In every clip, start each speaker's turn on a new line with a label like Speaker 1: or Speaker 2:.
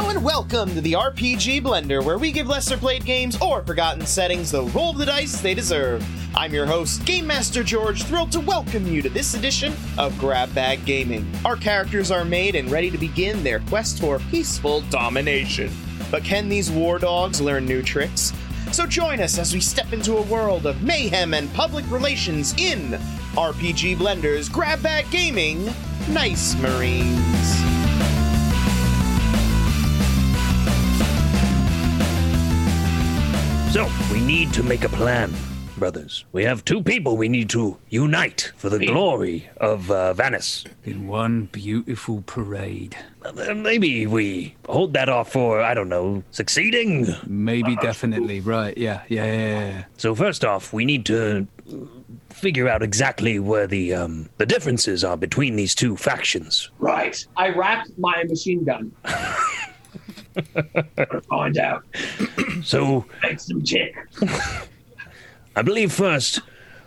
Speaker 1: Welcome to the RPG Blender, where we give lesser played games or forgotten settings the roll of the dice they deserve. I'm your host, Game Master George, thrilled to welcome you to this edition of Grab Bag Gaming. Our characters are made and ready to begin their quest for peaceful domination. But can these war dogs learn new tricks? So join us as we step into a world of mayhem and public relations in RPG Blender's Grab Bag Gaming Nice Marines.
Speaker 2: So, we need to make a plan, brothers. We have two people we need to unite for the glory of uh, Vanis.
Speaker 3: in one beautiful parade.
Speaker 2: Uh, Maybe we hold that off for, I don't know, succeeding?
Speaker 3: Maybe definitely, right? Yeah, yeah, yeah, yeah.
Speaker 2: So, first off, we need to uh, figure out exactly where the um, the differences are between these two factions.
Speaker 4: Right. I wrapped my machine gun. Gotta find out.
Speaker 2: So,
Speaker 4: Make some chick.
Speaker 2: I believe first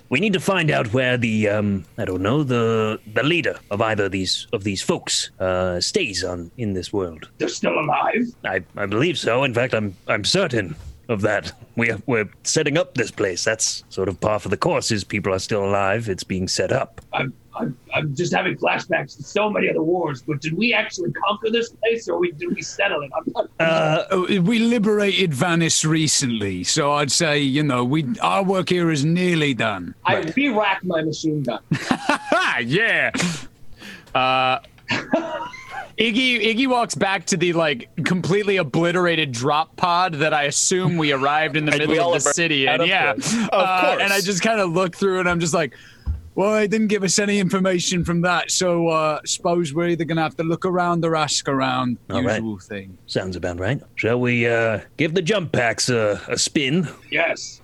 Speaker 2: we need to find out where the um, I don't know the the leader of either of these of these folks uh, stays on in this world.
Speaker 4: They're still alive.
Speaker 2: I, I believe so. In fact, I'm I'm certain of that. We we're setting up this place. That's sort of par for the course. Is people are still alive. It's being set up.
Speaker 4: I'm, I'm, I'm just having flashbacks to so many other wars. But did we actually conquer this place, or we, did we settle it? I'm not,
Speaker 5: Uh,
Speaker 3: Oh, we liberated Vanis recently, so I'd say you know we our work here is nearly done.
Speaker 4: I re-racked my machine gun.
Speaker 6: Ah, yeah. Uh, Iggy Iggy walks back to the like completely obliterated drop pod that I assume we arrived in the middle
Speaker 5: we all
Speaker 6: of the
Speaker 5: arrived
Speaker 6: city
Speaker 5: out
Speaker 6: and
Speaker 5: of
Speaker 6: yeah,
Speaker 5: this.
Speaker 6: of
Speaker 1: course.
Speaker 6: And I just kind of look through and I'm just like, well, they didn't give us any information from that, so uh, suppose we're either gonna have to look around or ask around.
Speaker 2: All right.
Speaker 6: usual thing.
Speaker 2: Sounds about right. Shall we uh, give the jump packs a, a spin?
Speaker 4: yes.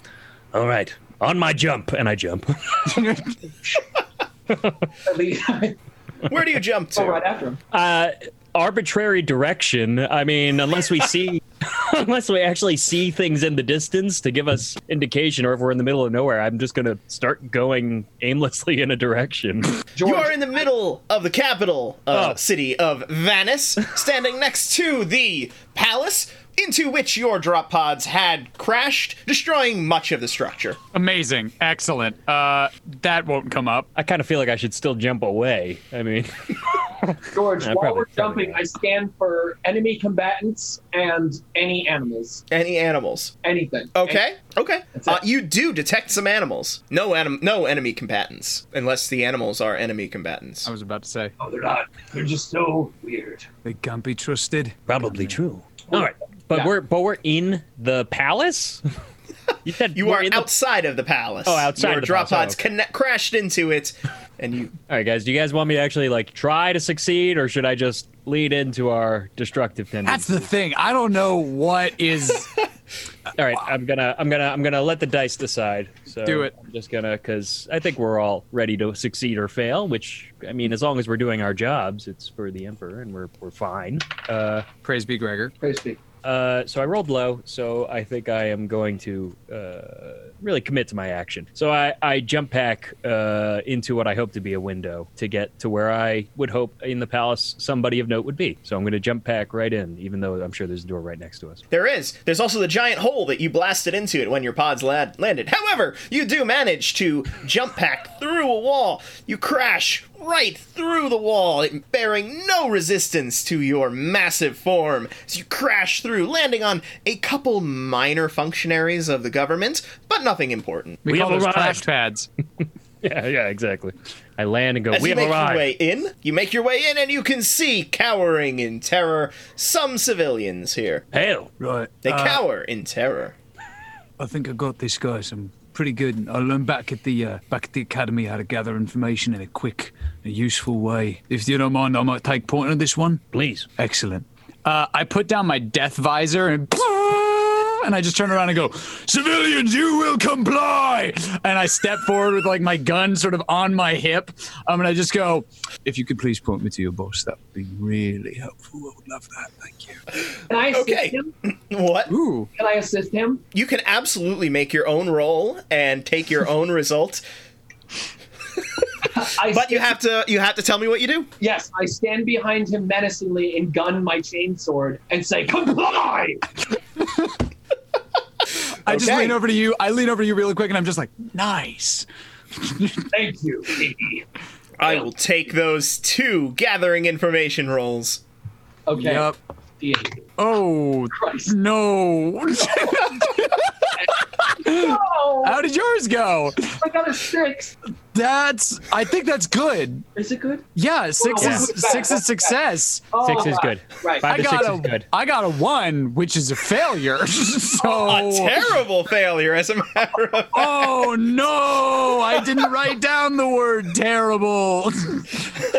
Speaker 2: All right. On my jump, and I jump.
Speaker 4: At least-
Speaker 1: Where do you jump to?
Speaker 4: Go right after him.
Speaker 5: Uh, arbitrary direction. I mean, unless we see, unless we actually see things in the distance to give us indication, or if we're in the middle of nowhere, I'm just gonna start going aimlessly in a direction.
Speaker 4: George,
Speaker 1: You are in the middle of the capital uh,
Speaker 5: Oh.
Speaker 1: city of Vanis, standing next to the palace into which your drop pods had crashed, destroying much of the structure.
Speaker 6: Amazing, excellent. Uh, that won't come up.
Speaker 5: I kind of feel like I should still jump away. I mean,
Speaker 4: George
Speaker 5: I
Speaker 4: while
Speaker 5: probably-
Speaker 4: we're jumping,
Speaker 5: probably-
Speaker 4: I scan for enemy combatants and any animals,
Speaker 1: Any animals?
Speaker 4: anything.
Speaker 1: Okay, okay.
Speaker 4: it.
Speaker 1: Uh, you do detect some animals. No anim- no enemy combatants, unless the animals are enemy combatants.
Speaker 6: I was about to say.
Speaker 4: No, oh, they're not. They're just so weird.
Speaker 3: They can't be trusted.
Speaker 2: Probably true.
Speaker 5: all right, but
Speaker 4: Yeah.
Speaker 5: we're but we're in the palace. You said
Speaker 1: You
Speaker 5: we're
Speaker 1: are
Speaker 5: in the-
Speaker 1: outside of the palace.
Speaker 5: Oh, outside
Speaker 1: Your
Speaker 5: of the
Speaker 1: drop
Speaker 5: palace.
Speaker 1: pods conne- crashed into it, and you
Speaker 5: All right, guys. Do you guys want me to actually like try to succeed, or should I just lead into our destructive
Speaker 3: That's
Speaker 5: tendency?
Speaker 3: the thing. I don't know what is.
Speaker 5: All right, I'm gonna, I'm gonna, I'm gonna let the dice decide. So
Speaker 6: Do it.
Speaker 5: I'm just gonna, cause I think we're all ready to succeed or fail. Which I mean, as long as we're doing our jobs, it's for the emperor, and we're we're fine. Uh,
Speaker 6: Praise be Gregor.
Speaker 4: Praise be.
Speaker 5: uh, so I rolled low, so I think I am going to uh, really commit to my action. So I, I jump pack uh, into what I hope to be a window to get to where I would hope in the palace somebody of note would be. So I'm going to jump pack right in, even though I'm sure there's a door right next to us.
Speaker 1: There is. There's also the giant hole that you blasted into it when your pods la- landed. However, you do manage to jump pack through a wall. You crash right through the wall, bearing no resistance to your massive form. As you crash through, landing on a couple minor functionaries of the government, but nothing important.
Speaker 6: We,
Speaker 5: We
Speaker 6: call
Speaker 5: have
Speaker 6: those
Speaker 5: arrived.
Speaker 6: crash pads.
Speaker 5: Yeah, yeah, exactly. I land and go.
Speaker 1: As
Speaker 5: we
Speaker 1: you
Speaker 5: have
Speaker 1: make your
Speaker 5: arrived.
Speaker 1: way in, you make your way in, and you can see cowering in terror some civilians here.
Speaker 2: Hail.
Speaker 3: Right.
Speaker 1: They
Speaker 3: uh,
Speaker 1: cower in terror.
Speaker 3: I think I got this, guys. I'm pretty good. I learned back at the uh, back at the academy how to gather information in a quick, and useful way. If you don't mind, I might take point on this one.
Speaker 2: Please.
Speaker 3: Excellent. Uh,
Speaker 6: I put down my death visor and
Speaker 3: and I just turn around and go, "Civilians, you will comply."
Speaker 6: and I step forward with like my gun sort of on my hip. Um, and I just go,
Speaker 3: If you could please point me to your boss, that would be really helpful. I would love that. Thank you.
Speaker 4: Can I assist
Speaker 1: Okay.
Speaker 4: him?
Speaker 1: What?
Speaker 6: ooh,
Speaker 4: Can I assist him?
Speaker 1: You can absolutely make your own roll and take your own result.
Speaker 4: I
Speaker 1: But you
Speaker 4: stand-
Speaker 1: have to you have to tell me what you do.
Speaker 4: Yes, I stand behind him menacingly and gun my chainsword and say, "Comply!"
Speaker 3: I just
Speaker 1: Okay.
Speaker 3: lean over to you. I lean over to you really quick, and I'm just like, nice.
Speaker 4: Thank you. E. Iggy.
Speaker 1: I will take those two gathering information rolls.
Speaker 4: Okay. E.
Speaker 3: Yep.
Speaker 4: Yeah.
Speaker 3: Oh
Speaker 4: Christ.
Speaker 3: no!
Speaker 4: Oh,
Speaker 3: How did yours go?
Speaker 4: I got a six.
Speaker 3: That's. I think that's good.
Speaker 4: Is it good?
Speaker 3: Yeah, six
Speaker 4: Yeah.
Speaker 3: is six is success.
Speaker 4: Oh,
Speaker 5: Six is
Speaker 4: right,
Speaker 5: good.
Speaker 4: Right.
Speaker 5: Five
Speaker 3: I
Speaker 5: to
Speaker 3: got
Speaker 5: six
Speaker 3: a
Speaker 5: is good.
Speaker 3: I got a one, which is a failure.
Speaker 1: A
Speaker 3: so
Speaker 1: terrible failure, as a matter of fact.
Speaker 3: oh no! I didn't write down the word terrible.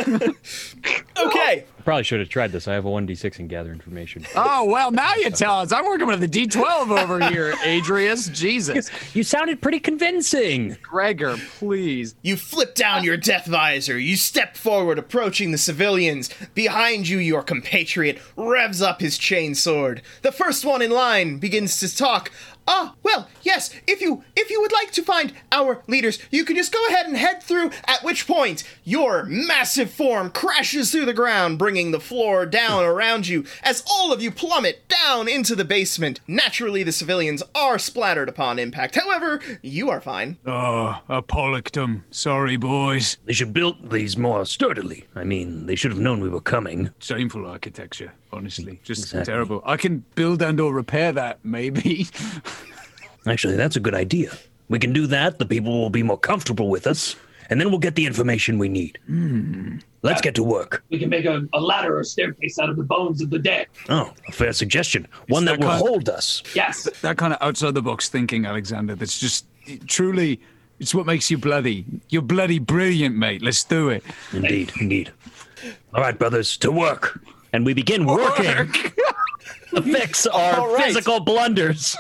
Speaker 1: Okay.
Speaker 5: Probably should have tried this. I have a 1d6 and gather information.
Speaker 1: Ah.
Speaker 3: Oh well, now you tell us. I'm working with a D12 over here, Adrius. Jesus,
Speaker 5: you sounded pretty convincing.
Speaker 3: Gregor, please.
Speaker 1: You flip down your death visor. You step forward, approaching the civilians. Behind you, your compatriot revs up his chainsword. The first one in line begins to talk. Ah, well, yes. If you if you would like to find our leaders, you can just go ahead and head through. At which point, your massive form crashes through the ground, bringing the floor down around you as all of you plummet down into the basement. Naturally, the civilians are splattered upon impact. However, you are fine.
Speaker 7: Oh, a pollockdom. Sorry, boys.
Speaker 2: They should build these more sturdily. I mean, they should have known we were coming.
Speaker 7: Shameful architecture, honestly. Just
Speaker 2: Exactly.
Speaker 7: terrible.
Speaker 3: I can build and or repair that, maybe.
Speaker 2: Actually, that's a good idea. We can do that. The people will be more comfortable with us, and then we'll get the information we need.
Speaker 1: Hmm.
Speaker 2: Let's get to work.
Speaker 4: We can make a, a ladder or staircase out of the bones of the dead.
Speaker 2: Oh, a fair suggestion. One that
Speaker 3: that
Speaker 2: will
Speaker 3: kind-
Speaker 2: hold us.
Speaker 4: Yes.
Speaker 3: that kind of outside the box thinking, Alexander. That's just truly. It's what makes you bloody. You're bloody brilliant, mate. Let's do it.
Speaker 2: Indeed, indeed. All right, brothers, to work. And we begin working to fix our
Speaker 1: All right.
Speaker 2: physical blunders.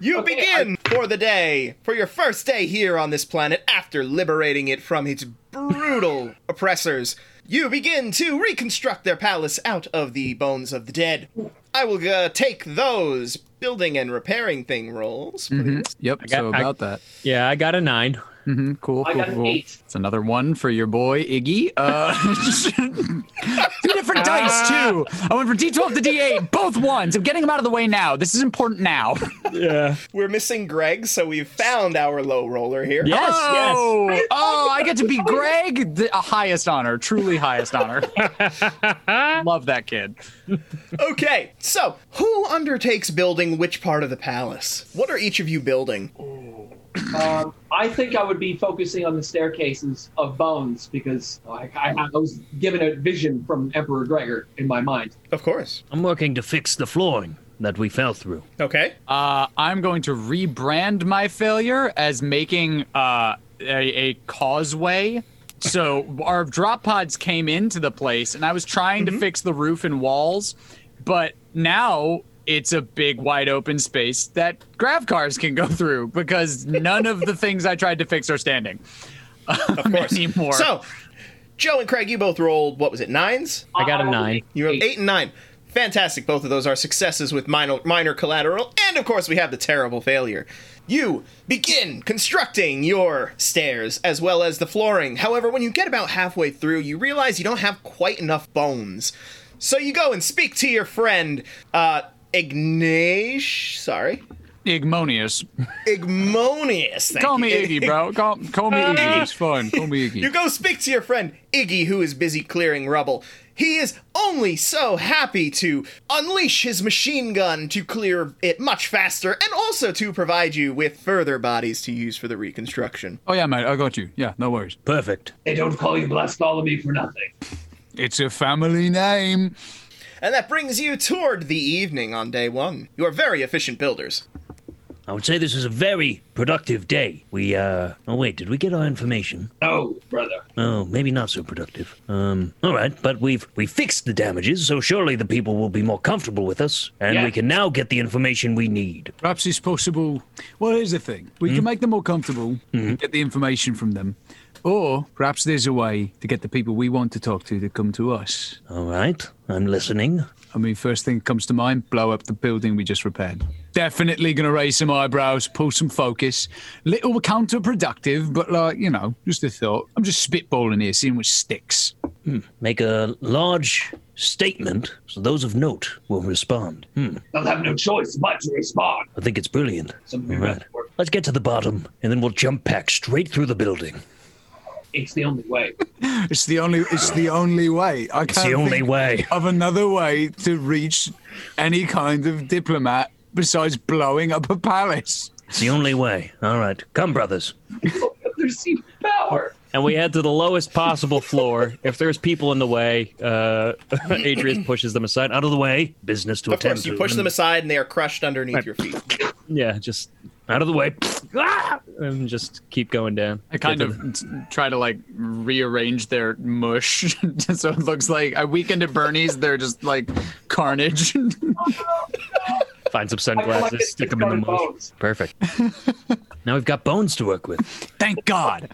Speaker 1: You begin for the day, for your first day here on this planet after liberating it from its brutal oppressors. You begin to reconstruct their palace out of the bones of the dead. I will uh, take those building and repairing thing rolls.
Speaker 3: Yep.
Speaker 5: got-
Speaker 3: so
Speaker 5: Mm-hmm. I-
Speaker 3: about that.
Speaker 5: Yeah, I got a nine.
Speaker 3: Mm-hmm, cool.
Speaker 4: I
Speaker 3: cool,
Speaker 4: got an
Speaker 3: cool.
Speaker 4: eight.
Speaker 3: It's another one for your boy Iggy. Uh, two different dice too. I went from D12 to D8, both ones. I'm getting them out of the way now. This is important now.
Speaker 5: Yeah.
Speaker 1: We're missing Greg, so we've found our low roller here.
Speaker 5: Yes, yes.
Speaker 3: oh, oh, I get to be Greg. The a highest honor, truly highest honor. Love that kid.
Speaker 1: Okay, so who undertakes building which part of the palace? What are each of you building?
Speaker 4: Um, I think I would be focusing on the staircases of bones because I, I, I was given a vision from Emperor Gregor in my mind.
Speaker 1: Of course.
Speaker 2: I'm working to fix the flooring that we fell through.
Speaker 1: Okay.
Speaker 3: Uh, I'm going to rebrand my failure as making uh, a, a causeway. So our drop pods came into the place, and I was trying
Speaker 1: Mm-hmm.
Speaker 3: to fix the roof and walls, but now it's a big, wide open space that grav cars can go through because none of the things I tried to fix are standing
Speaker 1: Of course.
Speaker 3: anymore.
Speaker 1: So, Joe and Craig, you both rolled, what was it, nines?
Speaker 5: I got a
Speaker 4: will
Speaker 5: nine.
Speaker 1: You have eight. and nine. Fantastic. Both of those are successes with minor, minor collateral. And of course, we have the terrible failure. You begin constructing your stairs as well as the flooring. However, when you get about halfway through, you realize you don't have quite enough bones. So you go and speak to your friend, uh, Ignatius. Sorry.
Speaker 3: Igmonius,
Speaker 1: Igmonius. thank
Speaker 3: call
Speaker 1: you. Uh,
Speaker 3: me Iggy, bro. Call, call me Iggy. It's fine. Call me Iggy.
Speaker 1: You go speak to your friend Iggy, who is busy clearing rubble. He is only so happy to unleash his machine gun to clear it much faster and also to provide you with further bodies to use for the reconstruction.
Speaker 3: oh yeah, mate. I got you. Yeah, no worries.
Speaker 2: Perfect.
Speaker 4: They don't call you Blastolomy for nothing.
Speaker 3: It's a family name.
Speaker 1: And that brings you toward the evening on day one. You are very efficient builders.
Speaker 2: I would say this was a very productive day. We, uh. Oh, wait, did we get our information?
Speaker 4: No, brother.
Speaker 2: Oh, maybe not so productive. Um, all right, but we've we fixed the damages, so surely the people will be more comfortable with us, and
Speaker 4: Yeah.
Speaker 2: we can now get the information we need.
Speaker 3: Perhaps it's possible. Well, here's the thing: we
Speaker 1: Hmm?
Speaker 3: can make them more comfortable, get the information from them, or perhaps there's a way to get the people we want to talk to to come to us.
Speaker 2: All right, I'm listening.
Speaker 8: I mean, first thing that comes to mind, blow up the building we just repaired. Definitely going to raise some eyebrows, pull some focus. Little counterproductive, but like, you know, just a thought. I'm just spitballing here, seeing which sticks.
Speaker 2: Make a large statement so those of note will respond. Hmm,
Speaker 4: They'll have no choice but to respond.
Speaker 2: I think it's brilliant. All
Speaker 4: Some-
Speaker 2: right. Let's get to the bottom, and then we'll jump back straight through the building.
Speaker 4: It's the only way.
Speaker 9: It's the only. It's the only way. I can't
Speaker 2: It's the only
Speaker 9: think
Speaker 2: way.
Speaker 9: of another way to reach any kind of diplomat besides blowing up a palace.
Speaker 2: It's the only way. All right. Come, brothers.
Speaker 4: Their seat of power.
Speaker 5: And we head to the lowest possible floor. if there's people in the way, uh, Adrian pushes them aside.
Speaker 2: Out of the way. Business to
Speaker 1: Of
Speaker 2: attend
Speaker 1: course, you
Speaker 2: to.
Speaker 1: push
Speaker 2: and-
Speaker 1: them aside and they are crushed underneath your feet.
Speaker 5: Yeah, just
Speaker 2: Out of the way.
Speaker 5: ah! and just keep going down.
Speaker 3: I kind of t- try to like rearrange their mush so it looks like I weakened at Bernie's. They're just like carnage.
Speaker 5: Find some
Speaker 4: I feel like
Speaker 5: sunglasses,
Speaker 4: it's
Speaker 5: stick them in the
Speaker 4: discarded
Speaker 5: mush.
Speaker 4: bones.
Speaker 5: Perfect.
Speaker 2: Now we've got bones to work with.
Speaker 8: Thank God.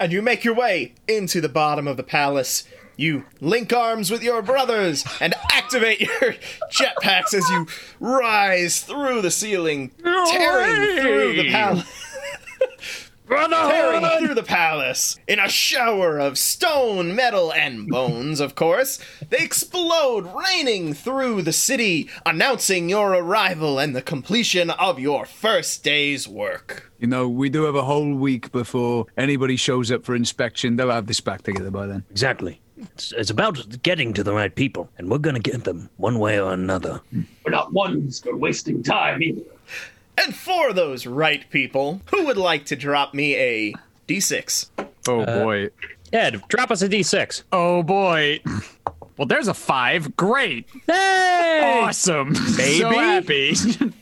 Speaker 1: And you make your way into the bottom of the palace. You link arms with your brothers and activate your jetpacks as you rise through the ceiling, tearing through the palace. tearing through the palace in a shower of stone, metal, and bones, of course. They explode, raining through the city, announcing your arrival and the completion of your first day's work.
Speaker 8: You know, we do have a whole week before anybody shows up for inspection. They'll have this back together by then.
Speaker 2: Exactly. It's, it's about getting to the right people, and we're going to get them one way or another.
Speaker 4: We're not ones for wasting time either.
Speaker 1: And for those right people, who would like to drop me a d6?
Speaker 3: oh
Speaker 2: Uh,
Speaker 3: boy.
Speaker 5: Ed, drop us a D6.
Speaker 3: Oh boy. Well, there's a five. Great.
Speaker 5: Hey!
Speaker 3: Awesome. So happy.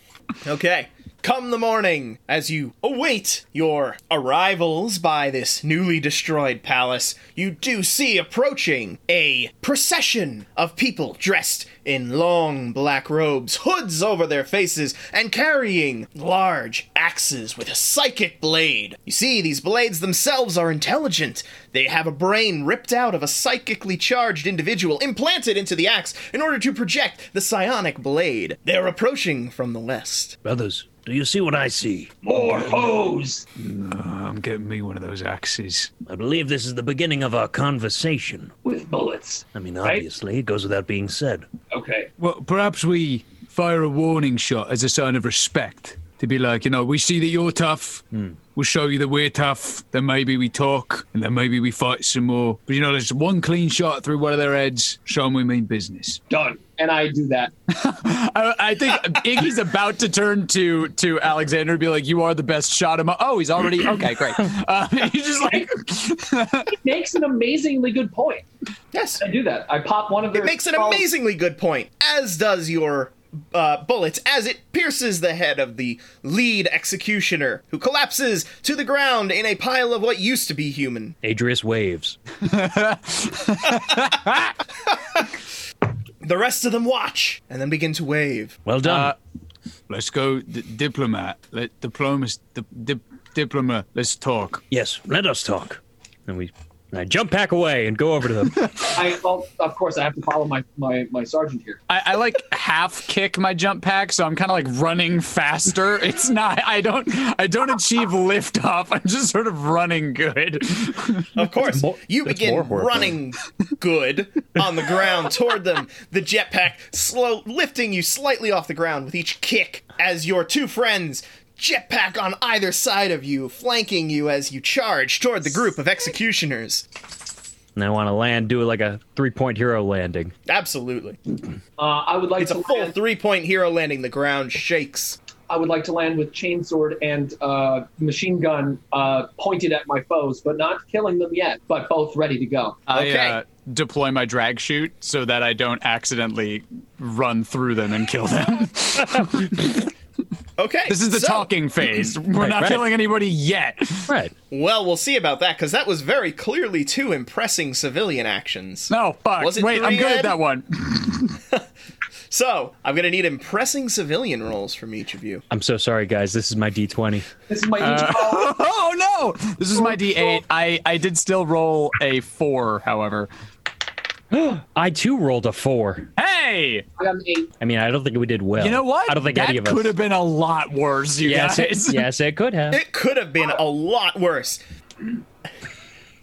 Speaker 1: Okay. Come the morning, as you await your arrivals by this newly destroyed palace, you do see approaching a procession of people dressed in long black robes, hoods over their faces, and carrying large axes with a psychic blade. You see, these blades themselves are intelligent. They have a brain ripped out of a psychically charged individual, implanted into the axe in order to project the psionic blade. They're approaching from the west.
Speaker 2: Brothers, do you see what I see?
Speaker 4: More hoes.
Speaker 8: I'm getting me one of those axes.
Speaker 2: I believe this is the beginning of our conversation.
Speaker 4: with bullets.
Speaker 2: I mean, obviously, it goes without being said.
Speaker 4: Okay.
Speaker 8: Well, perhaps we fire a warning shot as a sign of respect to be like, you know, we see that you're tough. We'll show you that we're tough. Then maybe we talk, and then maybe we fight some more. But you know, there's one clean shot through one of their heads. Show 'em we mean business.
Speaker 4: Done. And I do that.
Speaker 3: I, I think Iggy's about to turn to to Alexander and be like, "You are the best shot." Among- oh, he's already okay. Great. Uh, he's just like,
Speaker 4: Makes an amazingly good point.
Speaker 1: Yes.
Speaker 4: I do that. I pop one of their.
Speaker 1: It makes an
Speaker 4: skull-
Speaker 1: amazingly good point, as does your uh, bullets, as it pierces the head of the lead executioner, who collapses to the ground in a pile of what used to be human.
Speaker 5: Adrius waves.
Speaker 1: The rest of them watch and then begin to wave.
Speaker 2: Well done.
Speaker 8: Uh, Let's go, d- diplomat. Let diplomas, di- dip- diplomat. Let's talk.
Speaker 2: yes, let us talk.
Speaker 5: And we I jump back away and go over to them.
Speaker 4: I, well, of course, I have to follow my, my, my sergeant here.
Speaker 3: I, I like half kick my jump pack, so I'm kind of like running faster. It's not. I don't. I don't achieve lift off. I'm just sort of running good.
Speaker 1: Of course,
Speaker 10: more-
Speaker 1: you
Speaker 10: that's
Speaker 1: begin
Speaker 10: more horrifying.
Speaker 1: running good on the ground toward them. The jetpack slow lifting you slightly off the ground with each kick as your two friends jetpack on either side of you, flanking you as you charge toward the group of executioners.
Speaker 5: and I want to land, do like a three point hero landing.
Speaker 1: Absolutely.
Speaker 4: Uh, I would like
Speaker 1: It's
Speaker 4: to
Speaker 1: a full
Speaker 4: land,
Speaker 1: three point hero landing. The ground shakes.
Speaker 4: I would like to land with chainsword and uh, machine gun uh, pointed at my foes, but not killing them yet. But both ready to go.
Speaker 3: I
Speaker 1: Okay.
Speaker 3: uh, deploy my drag chute so that I don't accidentally run through them and kill them.
Speaker 1: Okay.
Speaker 3: this is the
Speaker 1: so-
Speaker 3: talking phase. We're not
Speaker 5: right.
Speaker 3: killing anybody yet.
Speaker 5: Right.
Speaker 1: Well, we'll see about that because that was very clearly two impressing civilian actions.
Speaker 3: No, fuck.
Speaker 1: Was it
Speaker 3: Wait, I'm
Speaker 1: three,
Speaker 3: good
Speaker 1: Ed?
Speaker 3: at that one.
Speaker 1: So I'm going to need impressing civilian rolls from each of you.
Speaker 5: I'm so sorry, guys. This is my D20.
Speaker 4: This is my
Speaker 3: Oh no! This is my D8. I I did still roll a four, however.
Speaker 5: I too rolled a four.
Speaker 11: Hey,
Speaker 4: I got an eight.
Speaker 5: I mean, I don't think we did
Speaker 1: Oh,
Speaker 5: well.
Speaker 11: you know what?
Speaker 5: I don't think
Speaker 11: that
Speaker 5: any of us.
Speaker 11: could have been a lot worse. You
Speaker 5: yes,
Speaker 11: guys.
Speaker 5: it, yes, it could have.
Speaker 1: It could have been a lot worse.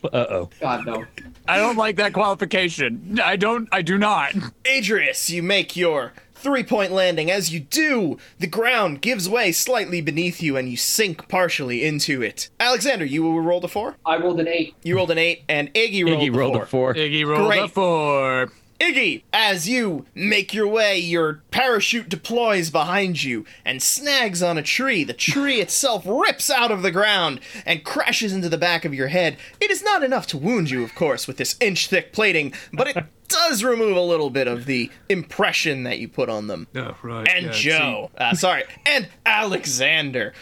Speaker 5: Uh oh.
Speaker 4: God no.
Speaker 11: I don't like that qualification. I don't. I do not.
Speaker 1: Adrius, you make your three point landing. As you do, the ground gives way slightly beneath you and you sink partially into it. Alexander, you rolled a four?
Speaker 4: I rolled an eight.
Speaker 1: You rolled an eight, and Iggy rolled,
Speaker 5: Iggy rolled
Speaker 1: a, four.
Speaker 5: a four.
Speaker 11: Iggy rolled a
Speaker 1: Great.
Speaker 11: four.
Speaker 1: Iggy, as you make your way, your parachute deploys behind you and snags on a tree. The tree itself rips out of the ground and crashes into the back of your head. It is not enough to wound you, of course, with this inch thick plating, but it does remove a little bit of the impression that you put on them.
Speaker 12: Oh, right.
Speaker 1: and
Speaker 12: yeah, see.
Speaker 1: Joe. Uh, sorry, and Alexander.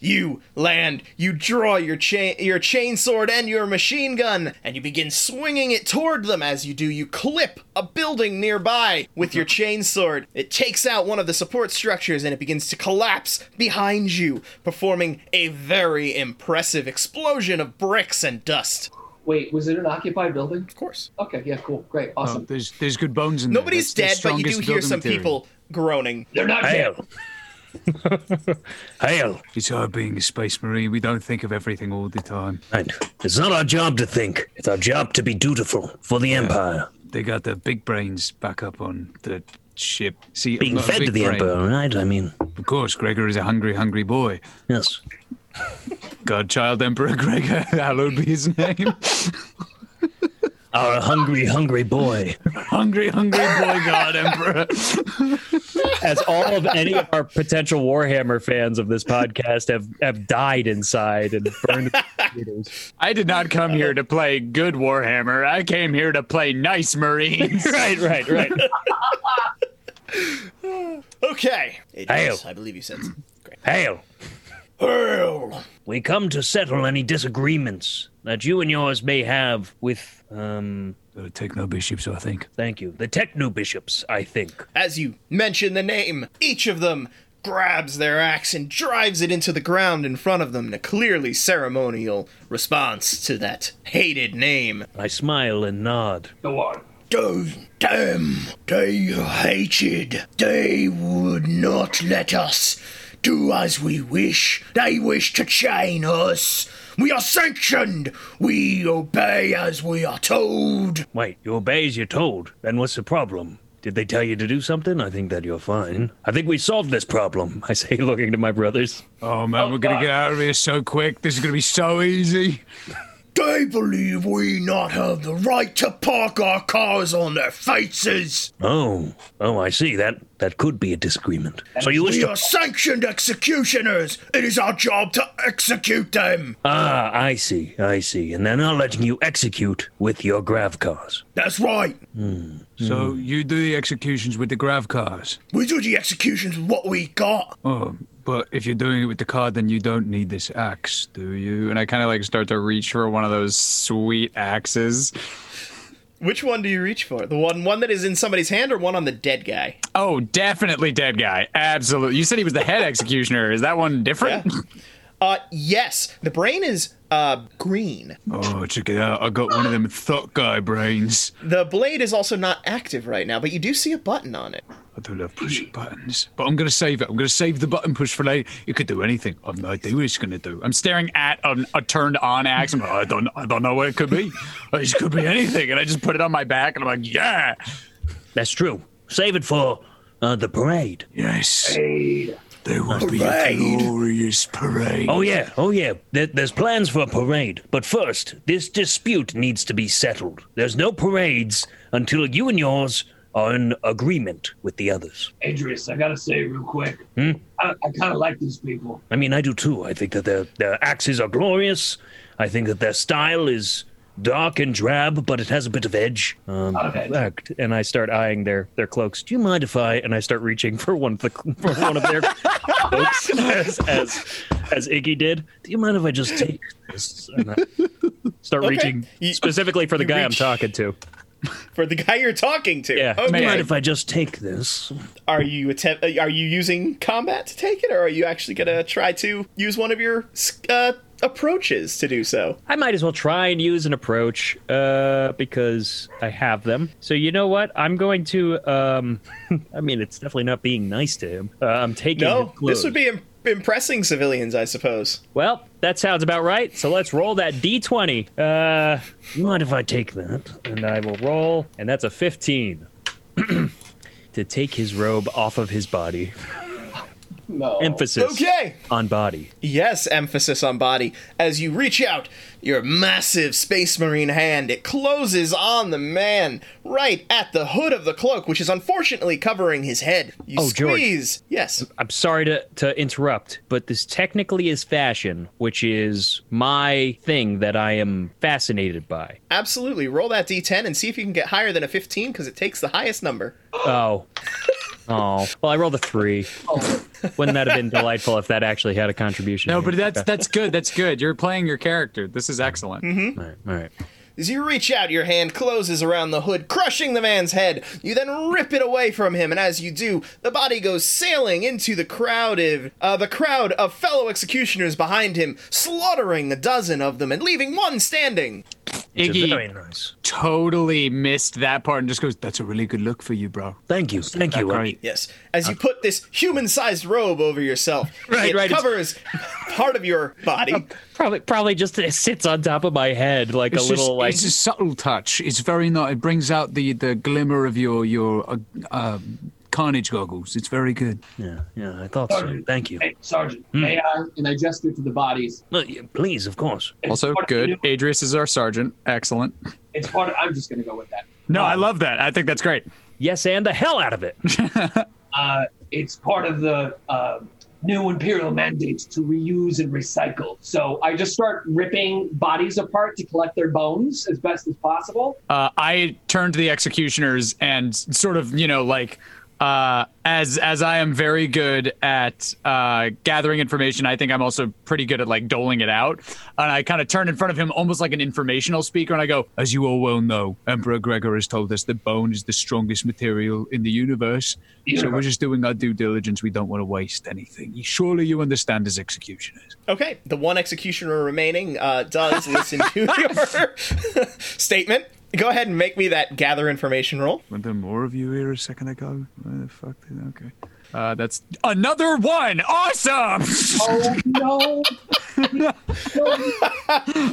Speaker 1: you land. You draw your chain, your chainsword, and your machine gun, and you begin swinging it toward them. As you do, you clip a building nearby with your chainsword. It takes out one of the support structures, and it begins to collapse behind you, performing a very impressive explosion of bricks and dust.
Speaker 4: Wait, was it an occupied building?
Speaker 1: Of course.
Speaker 4: Okay, yeah, cool, great,
Speaker 3: Oh,
Speaker 4: awesome.
Speaker 3: there's there's good bones in there.
Speaker 1: Nobody's
Speaker 3: That's
Speaker 1: dead,
Speaker 3: the
Speaker 1: but you do
Speaker 3: strongest
Speaker 1: hear
Speaker 3: building
Speaker 1: some
Speaker 3: material.
Speaker 1: people groaning.
Speaker 4: They're not dead.
Speaker 2: Hail! Hail!
Speaker 3: It's hard being a space marine. We don't think of everything all the time.
Speaker 2: And it's not our job to think. It's our job to be dutiful for the Empire.
Speaker 3: They got their big brains back up on the ship. See,
Speaker 2: Being
Speaker 3: not a
Speaker 2: fed
Speaker 3: big
Speaker 2: to the
Speaker 3: brain.
Speaker 2: Emperor, right? I mean,
Speaker 3: Of course, Gregor is a hungry, hungry boy.
Speaker 2: yes.
Speaker 3: Godchild Emperor Gregor, hallowed be his name.
Speaker 2: Our hungry, hungry boy.
Speaker 3: hungry, hungry boy, God Emperor.
Speaker 5: As all of any of our potential Warhammer fans of this podcast have have died inside and burned.
Speaker 11: I did not come here to play good Warhammer. I came here to play nice Marines.
Speaker 5: right, right, right.
Speaker 1: Okay.
Speaker 2: Hail.
Speaker 1: I believe you said. Great.
Speaker 2: Hail!
Speaker 1: Hail.
Speaker 2: We come to settle any disagreements that you and yours may have with, um,
Speaker 3: Gotta take no bishops, I think.
Speaker 2: thank you, the Techno Bishops, I think.
Speaker 1: As you mention the name, each of them grabs their axe and drives it into the ground in front of them in a clearly ceremonial response to that hated name.
Speaker 2: I smile and nod.
Speaker 4: Go on.
Speaker 1: Those damn they hated. They would not let us do as we wish. They wish to chain us. We are sanctioned. We obey as we are told.
Speaker 2: Wait, you obey as you're told. Then what's the problem? Did they tell you to do something? I think that you're fine. I think we solved this problem.
Speaker 5: I say, looking to my brothers.
Speaker 3: Oh man, we're gonna get out of here so quick. This is gonna be so easy.
Speaker 1: They believe we not have the right to park our cars on their faces.
Speaker 2: Oh, oh, I see. That that could be a disagreement. So you wish
Speaker 1: We
Speaker 2: to
Speaker 1: are sanctioned executioners. It is our job to execute them.
Speaker 2: Ah, I see, I see. And they're not letting you execute with your grav cars.
Speaker 1: That's right.
Speaker 2: Hmm.
Speaker 3: So you do the executions with the grav cars.
Speaker 1: We do the executions with what we got.
Speaker 3: Oh, but if you're doing it with the car, then you don't need this axe, do you? And I kind of like start to reach for one of those sweet axes.
Speaker 1: Which one do you reach for? The one one that is in somebody's hand or one on the dead guy?
Speaker 11: Oh, definitely dead guy. Absolutely. You said he was the head executioner. Is that one different?
Speaker 1: Uh yes. The brain is uh green.
Speaker 3: Oh, check it out! I got one of them thought guy brains.
Speaker 1: The blade is also not active right now, but you do see a button on it.
Speaker 3: I do love pushing buttons, but I'm gonna save it. I'm gonna save the button push for later. It could do anything. I've no idea what it's gonna do. I'm
Speaker 11: I'm staring at a, a turned on axe. I'm like, I don't, I don't know what it could be. It could be anything. And I just put it on my back and I'm like, yeah.
Speaker 2: That's true. Save it for uh, the parade.
Speaker 3: yes. There will be a
Speaker 1: Parade.
Speaker 3: glorious parade.
Speaker 2: Oh yeah, oh yeah. There, there's plans for a parade, but first, this dispute needs to be settled. There's no parades until you and yours are in agreement with the others.
Speaker 4: Adrius, I gotta say real quick, I, I kind of like these people.
Speaker 2: I mean, I do too. I think that their their axes are glorious. I think that their style is dark and drab, but it has a bit of edge. Um,
Speaker 4: Out of edge.
Speaker 5: Correct. And I start eyeing their their cloaks. Do you mind if I? And I start reaching for one of the for one of their cloaks as, as as Iggy did.
Speaker 2: do you mind if I just take this? And I
Speaker 5: Start
Speaker 1: Okay.
Speaker 5: reaching
Speaker 1: You-
Speaker 5: specifically for the
Speaker 1: you
Speaker 5: guy
Speaker 1: reach-
Speaker 5: I'm talking to.
Speaker 1: For the guy you're talking to.
Speaker 5: Yeah.
Speaker 2: do you
Speaker 1: Okay.
Speaker 2: mind if I just take this?
Speaker 1: Are you attempt? Are you using combat to take it, or are you actually gonna try to use one of your s- uh,
Speaker 13: approaches to do so.
Speaker 5: I might as well try and use an approach uh, because I have them. So you know what? I'm going to. Um, I mean, it's definitely not being nice to him. Uh, I'm taking.
Speaker 13: No,
Speaker 5: his clothes.
Speaker 13: this would be Im- impressing civilians, I suppose.
Speaker 5: Well, that sounds about right. So let's roll that d20. Uh,
Speaker 2: You mind if I take that?
Speaker 5: and I will roll, and that's a 15 to take his robe off of his body.
Speaker 4: No.
Speaker 5: Emphasis
Speaker 13: Okay.
Speaker 5: on body.
Speaker 13: Yes, emphasis on body. As you reach out, your massive space marine hand, it closes on the man, right at the hood of the cloak, which is unfortunately covering his head. You
Speaker 5: Oh, George.
Speaker 13: squeeze. Yes.
Speaker 5: I'm sorry to, to interrupt, but this technically is fashion, which is my thing that I am fascinated by.
Speaker 13: Absolutely. Roll that D10 and see if you can get higher than a 15 because it takes the highest number.
Speaker 5: Oh. Oh. Well, I rolled a three. Wouldn't that have been delightful if that actually had a contribution?
Speaker 3: No,
Speaker 5: here?
Speaker 3: but that's that's good. That's good. You're playing your character. This is excellent.
Speaker 5: All right. All right.
Speaker 13: As you reach out, your hand closes around the hood, crushing the man's head. You then rip it away from him, and as you do, the body goes sailing into the crowded, uh, the crowd of fellow executioners behind him, slaughtering a dozen of them and leaving one standing.
Speaker 2: It's
Speaker 3: Iggy.
Speaker 2: very nice.
Speaker 3: Totally missed that part and just goes.
Speaker 14: That's a really good look for you, bro.
Speaker 2: Thank you. Thank you.
Speaker 14: Great.
Speaker 13: Yes, as you put this human-sized robe over yourself,
Speaker 5: Uh, Right,
Speaker 13: it
Speaker 5: right, it's-
Speaker 13: covers part of your body.
Speaker 5: Probably, probably just it sits on top of my head like
Speaker 14: It's
Speaker 5: a little
Speaker 14: just-
Speaker 5: like
Speaker 14: it's a subtle touch. It's very nice. It brings out the the glimmer of your your uh, uh, carnage goggles. It's very good.
Speaker 2: Yeah, yeah, I thought so. Thank you.
Speaker 4: Hey, Sergeant, may I? And I gesture to the bodies.
Speaker 2: No, yeah, please, of course.
Speaker 3: Also
Speaker 4: What do you
Speaker 3: good. Adrius is our sergeant. Excellent.
Speaker 4: It's part. Of, I'm just gonna go with that.
Speaker 3: No, I love that. I think that's great.
Speaker 5: yes, and the hell out of it.
Speaker 4: Uh, it's part of the uh, new imperial mandate to reuse and recycle. So I just start ripping bodies apart to collect their bones as best as possible.
Speaker 3: uh, I turn to the executioners and sort of, you know, like uh, as as I am very good at uh, gathering information, I think I'm also pretty good at like doling it out. And I kind of turn in front of him almost like an informational speaker, and I go,
Speaker 14: As you all well know, Emperor Gregor has told us that bone is the strongest material in the universe. So we're just doing our due diligence. We don't want to waste anything. Surely you understand as executioners.
Speaker 13: Okay, the one executioner remaining uh, does listen to your statement. Go ahead and make me that gather information roll.
Speaker 14: Weren't there more of you here a second ago? Where the fuck did okay?
Speaker 3: uh, "That's another one! Awesome!
Speaker 4: Oh no!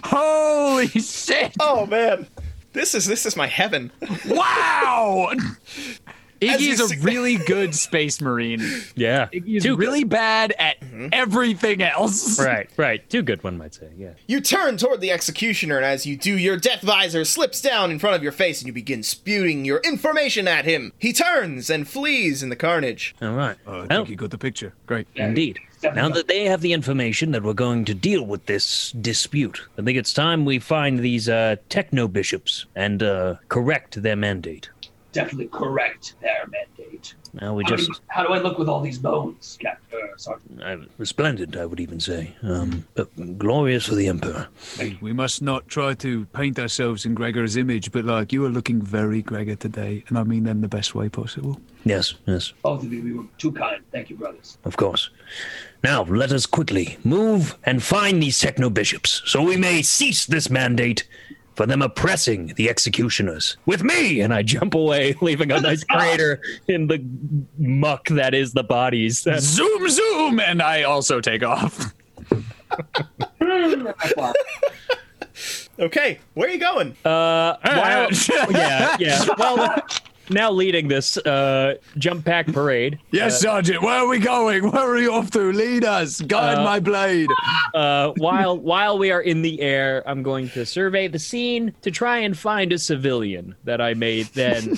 Speaker 3: Holy shit!
Speaker 13: Oh man, this is this is my heaven.
Speaker 3: Wow!"
Speaker 13: As you
Speaker 3: Iggy is a
Speaker 13: see-
Speaker 3: really good space marine.
Speaker 5: Yeah.
Speaker 3: He's
Speaker 5: Too good.
Speaker 3: really bad at
Speaker 14: Mm-hmm.
Speaker 3: everything else.
Speaker 5: Right, right. Too good one might say. Yeah.
Speaker 13: You turn toward the executioner, and as you do, your death visor slips down in front of your face, and you begin spewing your information at him. He turns and flees in the carnage.
Speaker 2: All right.
Speaker 14: Oh, I
Speaker 2: Well,
Speaker 14: think you got the picture. Great.
Speaker 2: indeed.
Speaker 4: Definitely.
Speaker 2: Now that they have the information that we're going to deal with this dispute, I think it's time we find these uh, techno bishops and uh, correct their mandate.
Speaker 4: Definitely correct their mandate.
Speaker 2: Now we
Speaker 4: How do,
Speaker 2: just
Speaker 4: you- how do I look with all these bones, Captain uh, Sergeant?
Speaker 2: uh, resplendent, I would even say, um, but glorious for the emperor.
Speaker 14: We must not try to paint ourselves in Gregor's image, but like you are looking very Gregor today, and I mean that in the best way possible.
Speaker 2: Yes, yes,
Speaker 4: Both of you, you were too kind. Thank you, brothers.
Speaker 2: of course. Now let us quickly move and find these techno bishops, so we may cease this mandate for them oppressing the executioners. With me, and I jump away, leaving a nice crater in the muck that is the bodies. That's
Speaker 3: Zoom, zoom, and I also take off.
Speaker 13: Okay, where are you going?
Speaker 5: Wow. yeah, yeah. Well, now leading this uh, jump pack parade,
Speaker 14: Yes, Sergeant, where are we going? Where are you off to? Lead us. Guide my blade.
Speaker 5: uh, while while we are in the air, I'm going to survey the scene to try and find a civilian that I may then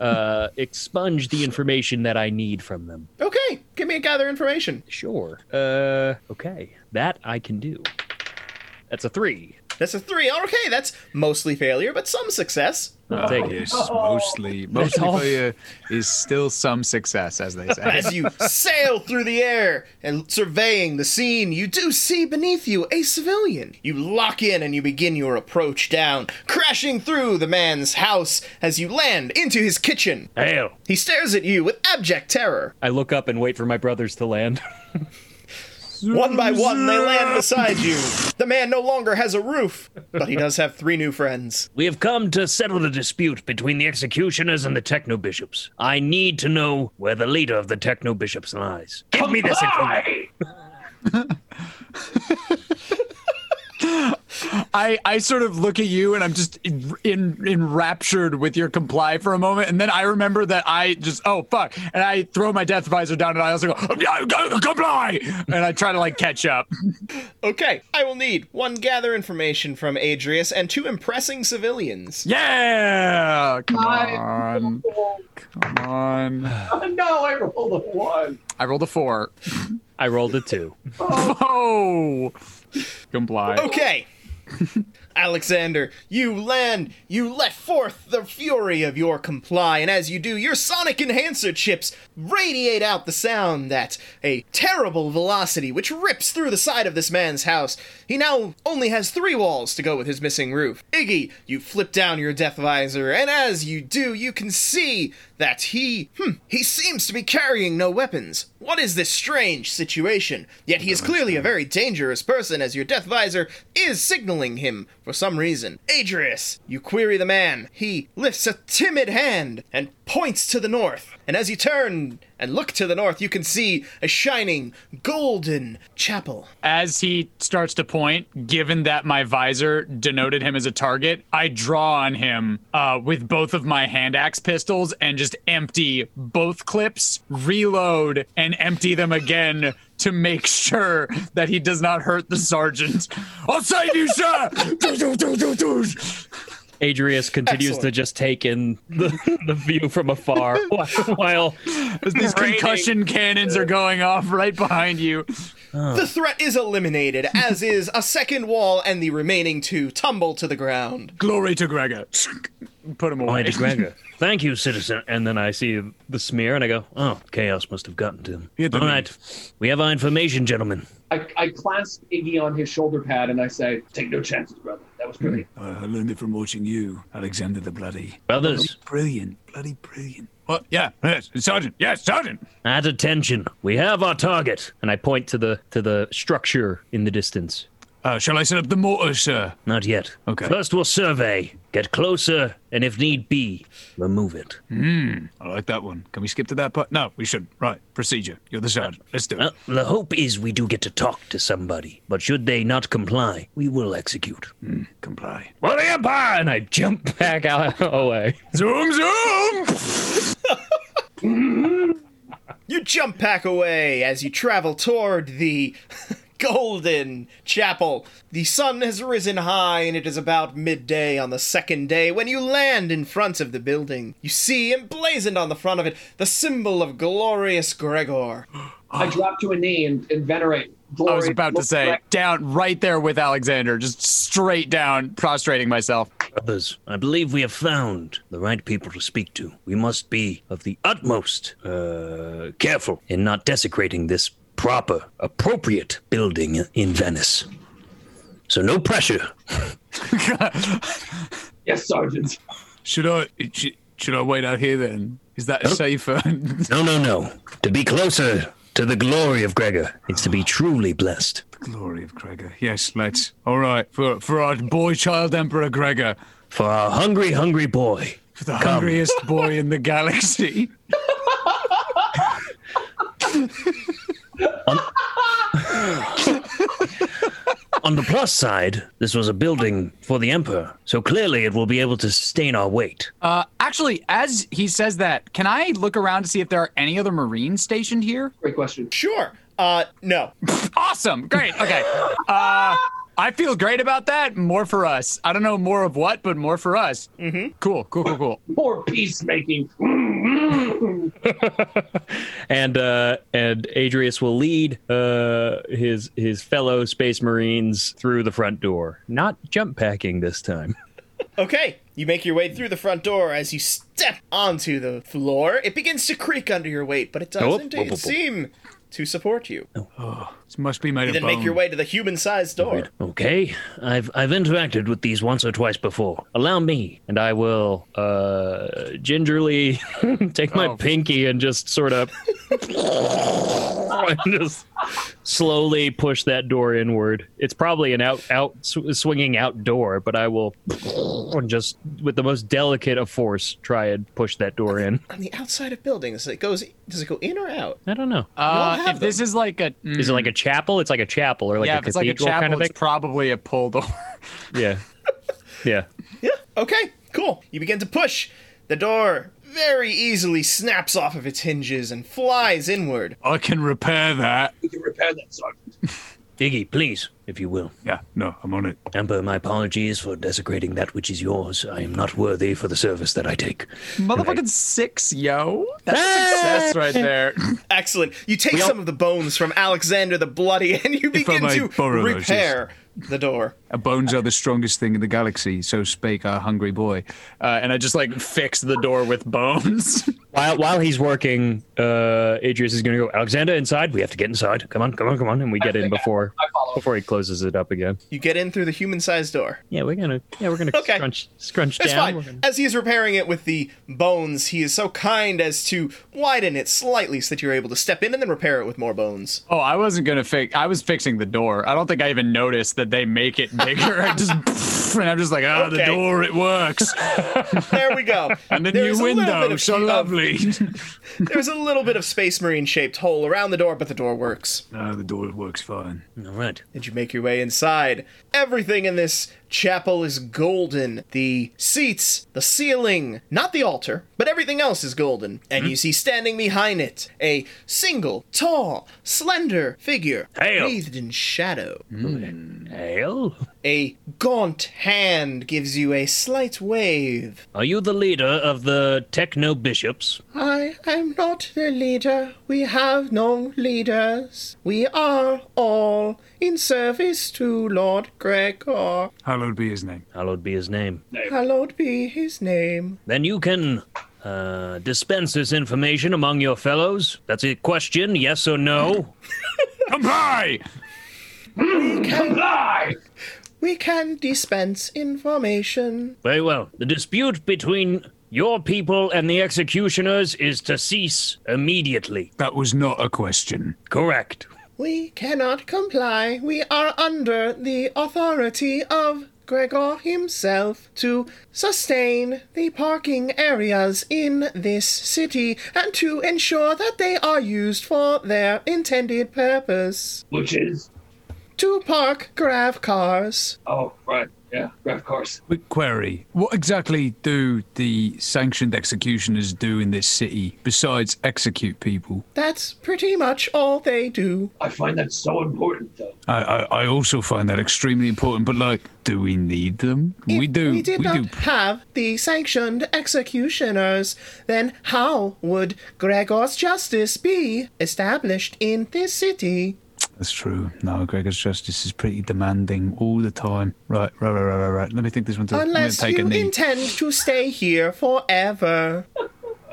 Speaker 5: uh, expunge the information that I need from them.
Speaker 13: Okay, give me a gather information.
Speaker 5: Sure. Uh, okay, that I can do. That's a three.
Speaker 13: That's a three. Okay, that's mostly failure, but some success.
Speaker 5: I'll take it.
Speaker 14: Yes, mostly. Mostly
Speaker 5: all.
Speaker 14: for you.
Speaker 3: Is still some success, as they say.
Speaker 13: As you sail through the air and surveying the scene, you do see beneath you a civilian. You lock in and you begin your approach down, crashing through the man's house as you land into his kitchen.
Speaker 2: Hail!
Speaker 13: He stares at you with abject terror.
Speaker 5: I look up and wait for my brothers to land.
Speaker 13: One by one, they land beside you. The man no longer has a roof, but he does have three new friends.
Speaker 2: We have come to settle the dispute between the executioners and the techno bishops. I need to know where the leader of the techno bishops lies. Give me this information.
Speaker 4: Bye!
Speaker 3: I, I sort of look at you and I'm just in, in, enraptured with your comply for a moment. And then I remember that I just, oh, fuck. And I throw my death visor down and I also go, comply. And I try to like catch up.
Speaker 13: Okay, I will need one gather information from Adrius and two impressing civilians.
Speaker 3: Yeah. Come
Speaker 4: I
Speaker 3: on.
Speaker 4: rolled
Speaker 3: Come on.
Speaker 4: a- No, I rolled a one.
Speaker 3: I rolled a four.
Speaker 5: I rolled a two.
Speaker 3: Oh. Comply.
Speaker 5: Oh,
Speaker 13: Okay. Alexander, you land, you let forth the fury of your comply, and as you do, your sonic enhancer chips radiate out the sound at a terrible velocity, which rips through the side of this man's house. He now only has three walls to go with his missing roof. Iggy, you flip down your death visor, and as you do, you can see that he, hmm, he seems to be carrying no weapons. What is this strange situation? Yet he is clearly a very dangerous person, as your death visor is signaling him for some reason. Adrius, you query the man. He lifts a timid hand and points to the north. And as you turn and look to the north, you can see a shining golden chapel.
Speaker 3: As he starts to point, given that my visor denoted him as a target, I draw on him uh, with both of my hand axe pistols and just empty both clips, reload, and empty them again to make sure that he does not hurt the sergeant. I'll save you, sir!
Speaker 5: Adrius continues to
Speaker 13: Excellent.
Speaker 5: just take in the, the view from afar while
Speaker 3: As these concussion cannons are going off right behind you.
Speaker 13: The threat is eliminated, as is a second wall, and the remaining two tumble to the ground.
Speaker 3: Glory to Gregor. Put him away.
Speaker 2: Mind Gregor. Thank you, citizen. And then I see the smear and I go, oh, chaos must have gotten to him. All right. We have our information, gentlemen.
Speaker 4: I, I clasp Iggy on his shoulder pad and I say, Take no chances, brother. That was brilliant.
Speaker 1: I learned it from watching you, Alexander the Bloody.
Speaker 2: Brothers,
Speaker 1: Brilliant, bloody brilliant.
Speaker 14: Well, yeah, yes, Sergeant. Yes, Sergeant.
Speaker 2: at attention. We have our target.
Speaker 5: and I point to the to the structure in the distance.
Speaker 14: Uh, shall I set up the mortar, sir?
Speaker 2: Not yet.
Speaker 14: Okay.
Speaker 2: First, we'll survey, get closer, and if need be, remove it.
Speaker 14: I like that one. Can we skip to that part? No, we shouldn't. Right, procedure. You're the sergeant. Let's do it.
Speaker 2: Well, Uh, the hope is we do get to talk to somebody, but should they not comply, we will execute.
Speaker 14: Comply.
Speaker 2: Well, the Empire! And I jump. Oh.
Speaker 5: Back out away.
Speaker 14: Zoom, zoom.
Speaker 13: You jump pack away as you travel toward the Golden Chapel. The sun has risen high and it is about midday on the second day when you land in front of the building. You see emblazoned on the front of it the symbol of glorious Gregor.
Speaker 4: I drop to a knee and, and venerate. Glory
Speaker 3: Mm. I was about to say, down right there with Alexander, just straight down, prostrating myself.
Speaker 2: Brothers, I believe we have found the right people to speak to. We must be of the utmost uh, careful in not desecrating this proper, appropriate building in Venice. So, no pressure.
Speaker 4: Yes, Sergeant.
Speaker 14: Should I should, should I wait out here then? Is that safer?
Speaker 2: No, no, no. To be closer to the glory of Gregor, it's to be truly blessed.
Speaker 14: Glory of Gregor. Yes, let's. All right, for for our boy child Emperor Gregor,
Speaker 2: For our hungry, hungry boy.
Speaker 14: for the hungriest boy in the galaxy.
Speaker 2: On the plus side, this was a building for the Emperor, so clearly it will be able to sustain our weight.
Speaker 3: Uh, actually, as he says that, can I look around to see if there are any other Marines stationed here?
Speaker 4: Great question.
Speaker 13: Sure. Uh, no.
Speaker 3: Awesome. Great. Okay. Uh, I feel great about that. More for us. I don't know more of what, but more for us. Mm-hmm. Cool, cool, cool, cool.
Speaker 4: More peacemaking. Mm-hmm.
Speaker 5: And uh, and Adrius will lead uh, his his fellow Space Marines through the front door, not jump packing this time.
Speaker 13: Okay, you make your way through the front door as you step onto the floor. It begins to creak under your weight, but it
Speaker 5: Oh,
Speaker 13: doesn't
Speaker 5: oh, oh, oh.
Speaker 13: seem to support you.
Speaker 14: This must be made
Speaker 13: You
Speaker 14: of
Speaker 13: then
Speaker 14: bone.
Speaker 13: make
Speaker 3: um,
Speaker 13: your way to the human-sized door.
Speaker 2: Okay, I've I've interacted with these once or twice before. Allow me, and I will uh, gingerly
Speaker 3: Oh.
Speaker 2: take my pinky and just sort of and just
Speaker 5: slowly push that door inward. It's probably an out out sw- swinging out door, but I will just with the most delicate of force try and push that door in.
Speaker 13: On the outside of buildings, it goes. Does it go in or out?
Speaker 5: I don't know.
Speaker 3: Uh,
Speaker 13: have
Speaker 3: if this
Speaker 13: them.
Speaker 3: is like a, mm,
Speaker 5: Is it like a chapel? It's like a chapel or like
Speaker 3: Um, yeah,
Speaker 5: a
Speaker 3: if it's like a
Speaker 5: cathedral
Speaker 3: chapel,
Speaker 5: kind of thing.
Speaker 3: it's probably a pull door.
Speaker 5: Yeah. Yeah.
Speaker 13: Yeah. Okay. Cool. You begin to push. The door very easily snaps off of its hinges and flies inward.
Speaker 14: I can repair that.
Speaker 4: We can repair that, Sergeant.
Speaker 2: Iggy, please, if you will.
Speaker 14: Yeah, no, I'm on it.
Speaker 2: Amber, my apologies for desecrating that which is yours. I am not worthy for the service that I take.
Speaker 3: Motherfucking six, yo. That's success right there.
Speaker 13: Excellent. You take some of the bones from Alexander the Bloody and you
Speaker 14: I
Speaker 13: begin
Speaker 14: may
Speaker 13: to
Speaker 14: borrow those, yes.
Speaker 13: repair the door.
Speaker 14: Uh, Bones are the strongest thing in the galaxy, so spake our hungry boy.
Speaker 1: Uh, and I just like fix the door with bones.
Speaker 5: While while he's working, uh Adrius is gonna go, Alexander inside, we have to get inside. Come on, come on, come on. And we get in
Speaker 4: think I-
Speaker 5: before
Speaker 4: I follow.
Speaker 5: before he closes it up again.
Speaker 13: You get in through the human sized door.
Speaker 5: Yeah, we're gonna yeah, we're gonna
Speaker 13: Okay.
Speaker 5: scrunch scrunch
Speaker 13: It's
Speaker 5: down. We're
Speaker 13: fine.
Speaker 5: gonna-
Speaker 13: As he is repairing it with the bones, he is so kind as to widen it slightly so that you're able to step in and then repair it with more bones.
Speaker 1: oh, I wasn't gonna fix. I was fixing the door. I don't think I even noticed that they make it bigger. I just and I'm just like, ah,
Speaker 13: Okay.
Speaker 1: the door. It works.
Speaker 13: There we go.
Speaker 1: And the
Speaker 13: There's
Speaker 1: new
Speaker 13: a little bit
Speaker 1: window,
Speaker 13: of-
Speaker 1: so
Speaker 13: of-
Speaker 1: lovely.
Speaker 13: There's a little bit of space marine shaped hole around the door, but the door works.
Speaker 14: no, the door works fine.
Speaker 2: All right.
Speaker 13: and you make your way inside. Everything in this chapel is golden. The seats, the ceiling, not the altar, but everything else is golden. And
Speaker 1: Mm-hmm.
Speaker 13: you see standing behind it a single, tall, slender figure
Speaker 2: Hail.
Speaker 13: bathed in shadow.
Speaker 2: Hail.
Speaker 13: A gaunt hand gives you a slight wave.
Speaker 2: Are you the leader of the Techno Bishops?
Speaker 13: I am not the leader. We have no leaders. We are all in service to Lord Gregor.
Speaker 14: Hallowed be his name.
Speaker 2: Hallowed be his name.
Speaker 13: Hallowed be his name.
Speaker 2: Then you can uh, dispense this information among your fellows. That's a question, yes or no.
Speaker 1: Comply.
Speaker 4: Comply!
Speaker 13: We can dispense information.
Speaker 2: Very well. The dispute between your people and the executioners is to cease immediately.
Speaker 14: That was not a question.
Speaker 2: Correct.
Speaker 13: We cannot comply. We are under the authority of Gregor himself to sustain the parking areas in this city and to ensure that they are used for their intended purpose
Speaker 4: Which is.
Speaker 13: to park grav cars.
Speaker 4: Oh, right. Yeah, of course.
Speaker 14: Quick query. What exactly do the sanctioned executioners do in this city besides execute people?
Speaker 13: That's pretty much all they do.
Speaker 4: I find that so important, though.
Speaker 14: I, I, I also find that extremely important, but like, do we need them? we
Speaker 13: If
Speaker 14: do.
Speaker 13: We did not
Speaker 14: do.
Speaker 13: have the sanctioned executioners. Then how would Gregor's justice be established in this city?
Speaker 14: That's true. No, Gregor's justice is pretty demanding all the time. Right, right, right, right, right. right. Let me think this one through.
Speaker 13: Unless
Speaker 14: I'm gonna take
Speaker 13: you
Speaker 14: a knee.
Speaker 13: intend to stay here forever.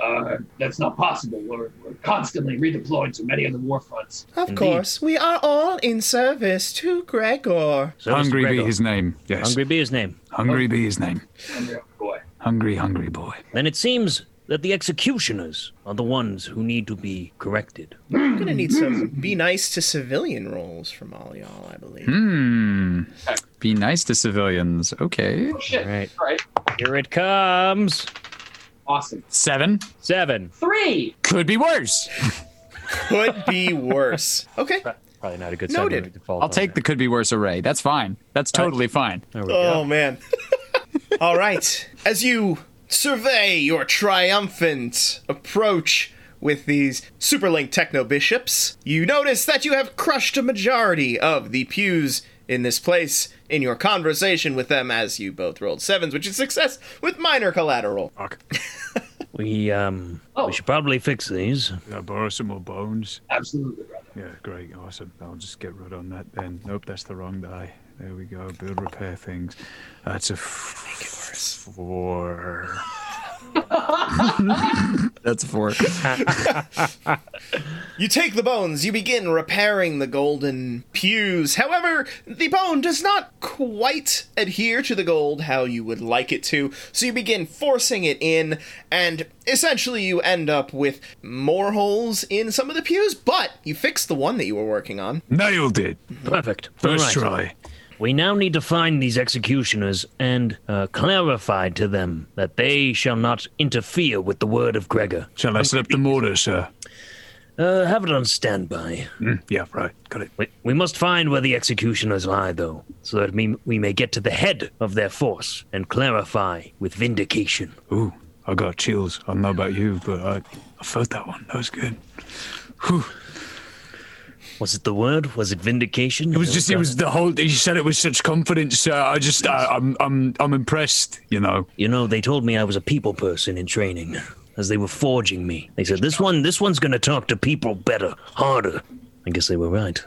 Speaker 4: Uh, that's not possible. We're, we're constantly redeployed to many other war fronts.
Speaker 13: Of course, we are all in service to Gregor.
Speaker 2: So Mr.
Speaker 14: Hungry be
Speaker 2: Gregor.
Speaker 14: his name. Yes.
Speaker 2: Hungry be his name.
Speaker 14: Hungry be his name.
Speaker 4: Unreal boy.
Speaker 14: Hungry, hungry boy.
Speaker 2: Then it seems that the executioners are the ones who need to be corrected.
Speaker 13: I'm gonna need some
Speaker 14: Hmm.
Speaker 13: be nice to civilian roles from all y'all, I believe.
Speaker 14: Hmm?
Speaker 1: Be nice to civilians. Okay.
Speaker 4: oh, Shit.
Speaker 5: Right.
Speaker 4: All right.
Speaker 5: Here it comes.
Speaker 4: Awesome.
Speaker 1: Seven.
Speaker 5: Seven.
Speaker 4: Three!
Speaker 1: Could be worse.
Speaker 13: Could be worse. Okay.
Speaker 5: Probably not a good
Speaker 13: Noted.
Speaker 5: seven. Default
Speaker 1: I'll take the could be worse array. That's fine. That's totally fine.
Speaker 5: There we
Speaker 13: Oh
Speaker 5: go.
Speaker 13: man. All right. As you survey your triumphant approach with these superlink techno bishops, you notice that you have crushed a majority of the pews in this place in your conversation with them as you both rolled sevens, which is success with minor collateral.
Speaker 2: We um
Speaker 4: Oh.
Speaker 2: we should probably fix these.
Speaker 14: Can I borrow some more bones?
Speaker 4: Absolutely, brother.
Speaker 14: Yeah, great, awesome. I'll just get rid on that then. Nope, that's the wrong die. There we go. Build repair things. That's a f- four.
Speaker 1: That's a four.
Speaker 13: You take the bones, you begin repairing the golden pews. However, the bone does not quite adhere to the gold how you would like it to, so you begin forcing it in, and essentially you end up with more holes in some of the pews, but you fix the one that you were working on.
Speaker 14: Nailed it.
Speaker 2: Perfect.
Speaker 14: First
Speaker 2: All right.
Speaker 14: try.
Speaker 2: We now need to find these executioners and uh, clarify to them that they shall not interfere with the word of Gregor.
Speaker 14: Shall I slip the mortar, sir? Mm,
Speaker 2: Uh, have it on standby.
Speaker 14: Yeah, right. Got it.
Speaker 2: We, we must find where the executioners lie, though, so that we, we may get to the head of their force and clarify with vindication.
Speaker 14: Ooh, I got chills. I don't know about you, but I, I felt that one. That was good.
Speaker 2: Was it the word? Was it vindication?
Speaker 14: It was just, it was the whole. He said it with such confidence. sir. I just, I, I'm, I'm, I'm impressed. You know.
Speaker 2: You know, they told me I was a people person in training as they were forging me. They said, "This one, this one's going to talk to people better, harder." I guess they were right.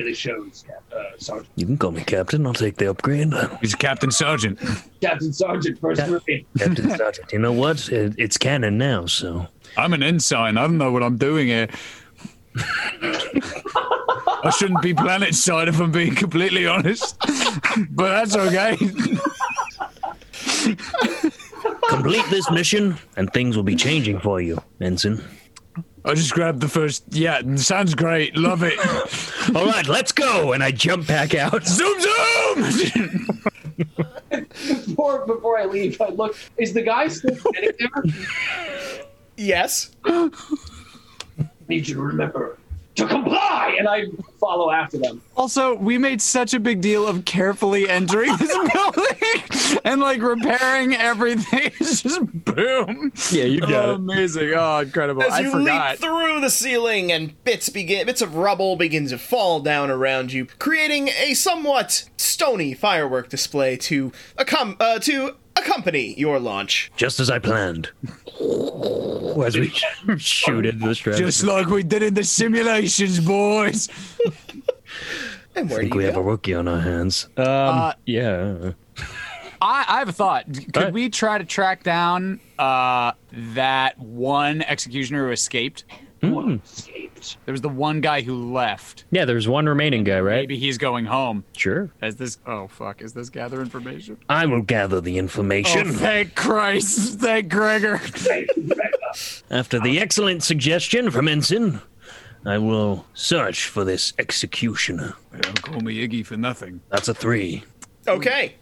Speaker 4: really shows, Cap- uh, Sergeant.
Speaker 2: You can call me captain. I'll take the upgrade.
Speaker 14: He's a captain sergeant.
Speaker 4: Captain Sergeant, First Marine.
Speaker 2: captain Sergeant. You know what? It, it's canon now, so
Speaker 14: I'm an ensign. I don't know what I'm doing here. I shouldn't be planet side if I'm being completely honest, but that's okay.
Speaker 2: complete this mission, and things will be changing for you, ensign.
Speaker 14: I just grabbed the first. Yeah, sounds great. Love it.
Speaker 2: All right, let's go. And I jump back out.
Speaker 14: zoom, zoom.
Speaker 4: Before, before I leave, I look. Is the guy still standing there?
Speaker 13: Yes.
Speaker 4: need you to remember to comply. And I follow after them.
Speaker 3: Also, we made such a big deal of carefully entering this building and like repairing everything. It's just boom.
Speaker 5: Yeah, you got it.
Speaker 3: Amazing. Oh, incredible.
Speaker 13: As
Speaker 3: I
Speaker 13: you
Speaker 3: forgot.
Speaker 13: leap through the ceiling and bits begin bits of rubble begin to fall down around you, creating a somewhat stony firework display to accom- uh, to accompany your launch.
Speaker 2: Just as I planned. As we
Speaker 5: Shoot into the stratosphere.
Speaker 14: Just like we did in the simulations, boys.
Speaker 13: And where
Speaker 2: I think
Speaker 13: do
Speaker 2: we
Speaker 13: you
Speaker 2: have a
Speaker 13: go?
Speaker 2: rookie on our hands.
Speaker 5: Um, yeah.
Speaker 3: I, I have a thought. Could
Speaker 5: Alright.
Speaker 3: we try to track down uh, that one executioner who escaped?
Speaker 4: One escaped.
Speaker 3: There was the one guy who left.
Speaker 5: Yeah, there's one remaining guy, right?
Speaker 3: Maybe he's going home.
Speaker 5: Sure.
Speaker 3: Is this? Oh fuck! Is this gather information? Oh,
Speaker 2: I will gather the information.
Speaker 3: thank Christ! Thank Gregor.
Speaker 4: Right, right up.
Speaker 2: After the excellent suggestion from Ensign, I will search for this executioner.
Speaker 14: Don't call me Iggy for nothing.
Speaker 2: That's a three.
Speaker 13: Okay.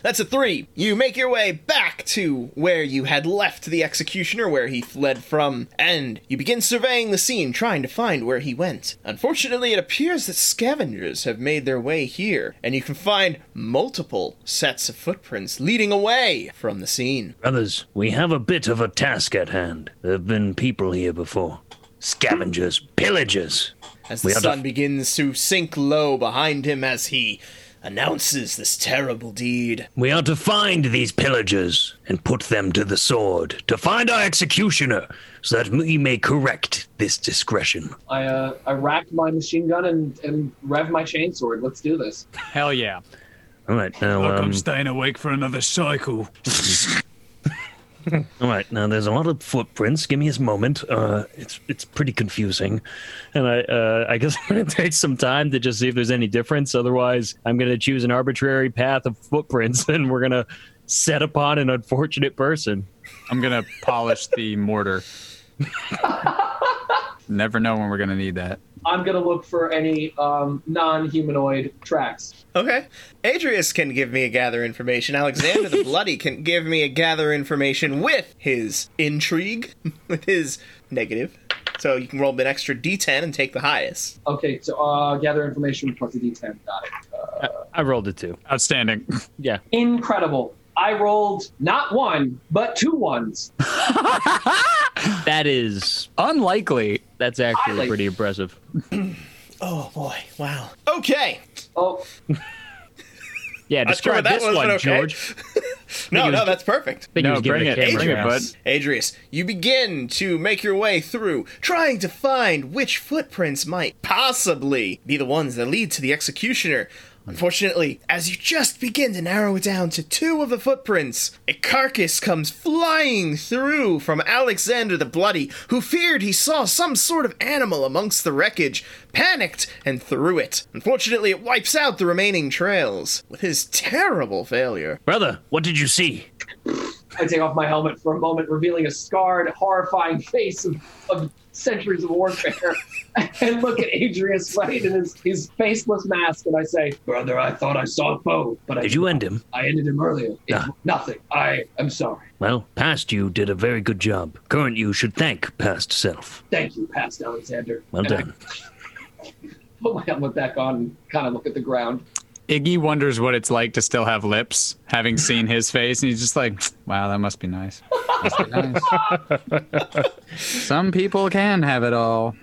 Speaker 13: That's a three. You make your way back to where you had left the executioner, where he fled from, and you begin surveying the scene, trying to find where he went. Unfortunately, it appears that scavengers have made their way here, and you can find multiple sets of footprints leading away from the scene.
Speaker 2: Brothers, we have a bit of a task at hand. There have been people here before. Scavengers, pillagers.
Speaker 13: As the
Speaker 2: We are
Speaker 13: sun
Speaker 2: def-
Speaker 13: begins to sink low behind him as he announces this terrible deed.
Speaker 2: We are to find these pillagers and put them to the sword to find our executioner so that we may correct this discretion.
Speaker 4: I, uh, I racked my machine gun and, and rev my chainsword. Let's do this.
Speaker 3: Hell yeah!
Speaker 2: All right, now,
Speaker 14: Look,
Speaker 2: um,
Speaker 14: I'm staying awake for another cycle.
Speaker 2: all right, now there's a lot of footprints. Give me his moment. Uh, it's it's pretty confusing.
Speaker 5: And I, uh, I guess I'm gonna take some time to just see if there's any difference. Otherwise, I'm gonna choose an arbitrary path of footprints, and we're gonna set upon an unfortunate person.
Speaker 1: I'm gonna polish the mortar. Never know when we're gonna need that.
Speaker 4: I'm going to look for any um, non humanoid tracks.
Speaker 13: Okay. Adrius can give me a gather information. Alexander the Bloody can give me a gather information with his intrigue, with his negative. So you can roll an extra d10 and take the highest.
Speaker 4: Okay, so uh, gather information plus a d10. Got it. Uh,
Speaker 5: I rolled a two.
Speaker 1: Outstanding.
Speaker 5: Yeah,
Speaker 4: incredible. I rolled not one, but two ones.
Speaker 5: that is
Speaker 3: Unlikely.
Speaker 5: that's actually
Speaker 4: Highly.
Speaker 5: pretty impressive.
Speaker 13: Oh boy! Wow. Okay.
Speaker 4: Oh,
Speaker 5: Yeah,
Speaker 13: Not sure
Speaker 5: describe
Speaker 13: what
Speaker 5: this
Speaker 13: was,
Speaker 5: one,
Speaker 13: but okay.
Speaker 5: George.
Speaker 13: no,
Speaker 5: was
Speaker 13: no,
Speaker 5: gi-
Speaker 13: that's perfect.
Speaker 5: I think he
Speaker 1: No,
Speaker 5: was giving
Speaker 1: bring
Speaker 5: a
Speaker 1: it,
Speaker 5: camera
Speaker 1: bring it,
Speaker 5: pass.
Speaker 1: bud.
Speaker 13: Adrius, you begin to make your way through, trying to find which footprints might possibly be the ones that lead to the executioner. Unfortunately, as you just begin to narrow it down to two of the footprints, a carcass comes flying through from Alexander the Bloody, who feared he saw some sort of animal amongst the wreckage, panicked, and threw it. Unfortunately, it wipes out the remaining trails with his terrible failure.
Speaker 2: Brother, what did you see?
Speaker 4: I take off my helmet for a moment, revealing a scarred, horrifying face of, of centuries of warfare, and look at Adrian Slade in his, his faceless mask, and I say, "Brother, I thought I saw a foe, but I
Speaker 2: Did you end him?
Speaker 4: I ended him earlier. It-
Speaker 2: Yeah.
Speaker 4: Nothing. I am sorry.
Speaker 2: Well, past you did a very good job. Current you should thank past self.
Speaker 4: Thank you, Past Alexander."
Speaker 2: Well
Speaker 4: And I
Speaker 2: done.
Speaker 4: put my helmet back on, and kind of look at the ground.
Speaker 1: Iggy wonders what it's like to still have lips, having seen his face, and he's just like, "Wow, that must be nice." Must be nice." Some people can have it all.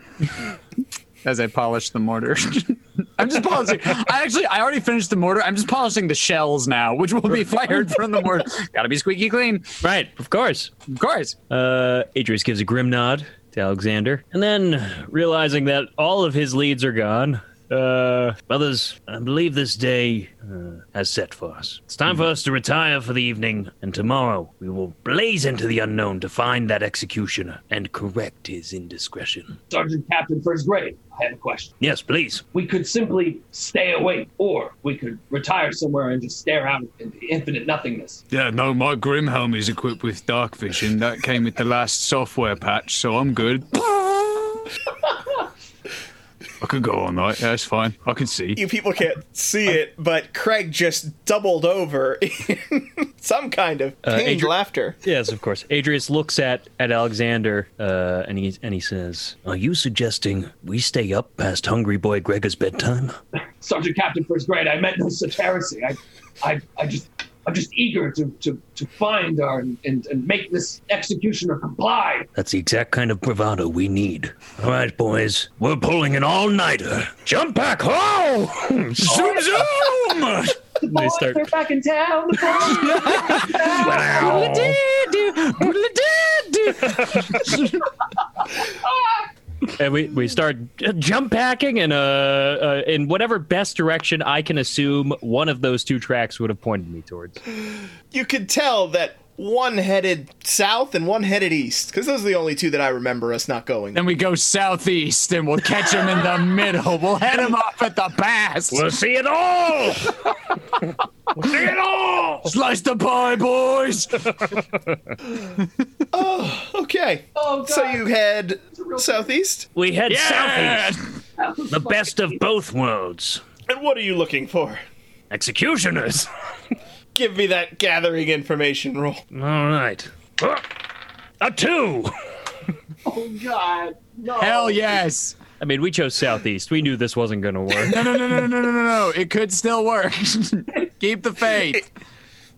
Speaker 1: As I polish the mortar,
Speaker 3: I'm just polishing. I actually, I already finished the mortar. I'm just polishing the shells now, which will be fired from the mortar. Gotta be squeaky clean,
Speaker 5: Right, of course.
Speaker 3: of course.
Speaker 5: Uh, Adrius gives a grim nod to Alexander, and then realizing that all of his leads are gone, uh,
Speaker 2: Brothers, I believe this day uh, has set for us. It's time for us to retire for the evening, and tomorrow we will blaze into the unknown to find that executioner and correct his indiscretion.
Speaker 4: Sergeant Captain First Grade, I have a question.
Speaker 2: Yes, please.
Speaker 4: We could simply stay awake, or we could retire somewhere and just stare out into infinite nothingness.
Speaker 14: Yeah, no, my Grimhelm is equipped with dark vision. That came with the last software patch, so I'm good. I could go all night. Yeah, that's fine. I can see.
Speaker 13: You people can't see it, but Craig just doubled over in some kind of pained
Speaker 5: Adri-
Speaker 13: laughter.
Speaker 5: yes, of course. Adrius looks at at Alexander, uh, and he and he says,
Speaker 2: Are you suggesting we stay up past Hungry Boy Gregor's bedtime?
Speaker 4: Sergeant Captain First Grade, I meant no such heresy. I, I, I just, I'm just eager to, to, to find our, and, and make this executioner comply.
Speaker 2: That's the exact kind of bravado we need. All right, boys, we're pulling an all-nighter. Jump back, ho! zoom, zoom!
Speaker 5: "They start
Speaker 4: They're back in town. The boys.
Speaker 5: and we, we start j- jump packing and uh, uh in whatever best direction I can assume one of those two tracks would have pointed me towards.
Speaker 13: you could tell that one headed south and one headed east because those are the only two that I remember us not going.
Speaker 1: then we go southeast, and we'll catch him in the middle. We'll head him off at the pass.
Speaker 2: We'll see it all! we'll see it all!
Speaker 1: Slice the pie, boys.
Speaker 13: Okay,
Speaker 4: Oh, God.
Speaker 13: so you head
Speaker 4: real-
Speaker 13: southeast,
Speaker 2: We head
Speaker 1: Yeah.
Speaker 2: southeast. The best of both worlds.
Speaker 13: and what are you looking for?
Speaker 2: Executioners.
Speaker 13: Give me that gathering information roll.
Speaker 2: All right. Oh, A two.
Speaker 4: oh, God. No.
Speaker 1: Hell yes.
Speaker 5: I mean, we chose southeast. We knew this wasn't going to work.
Speaker 1: No, no, no, no, no, no, no, no. It could still work. Keep the faith.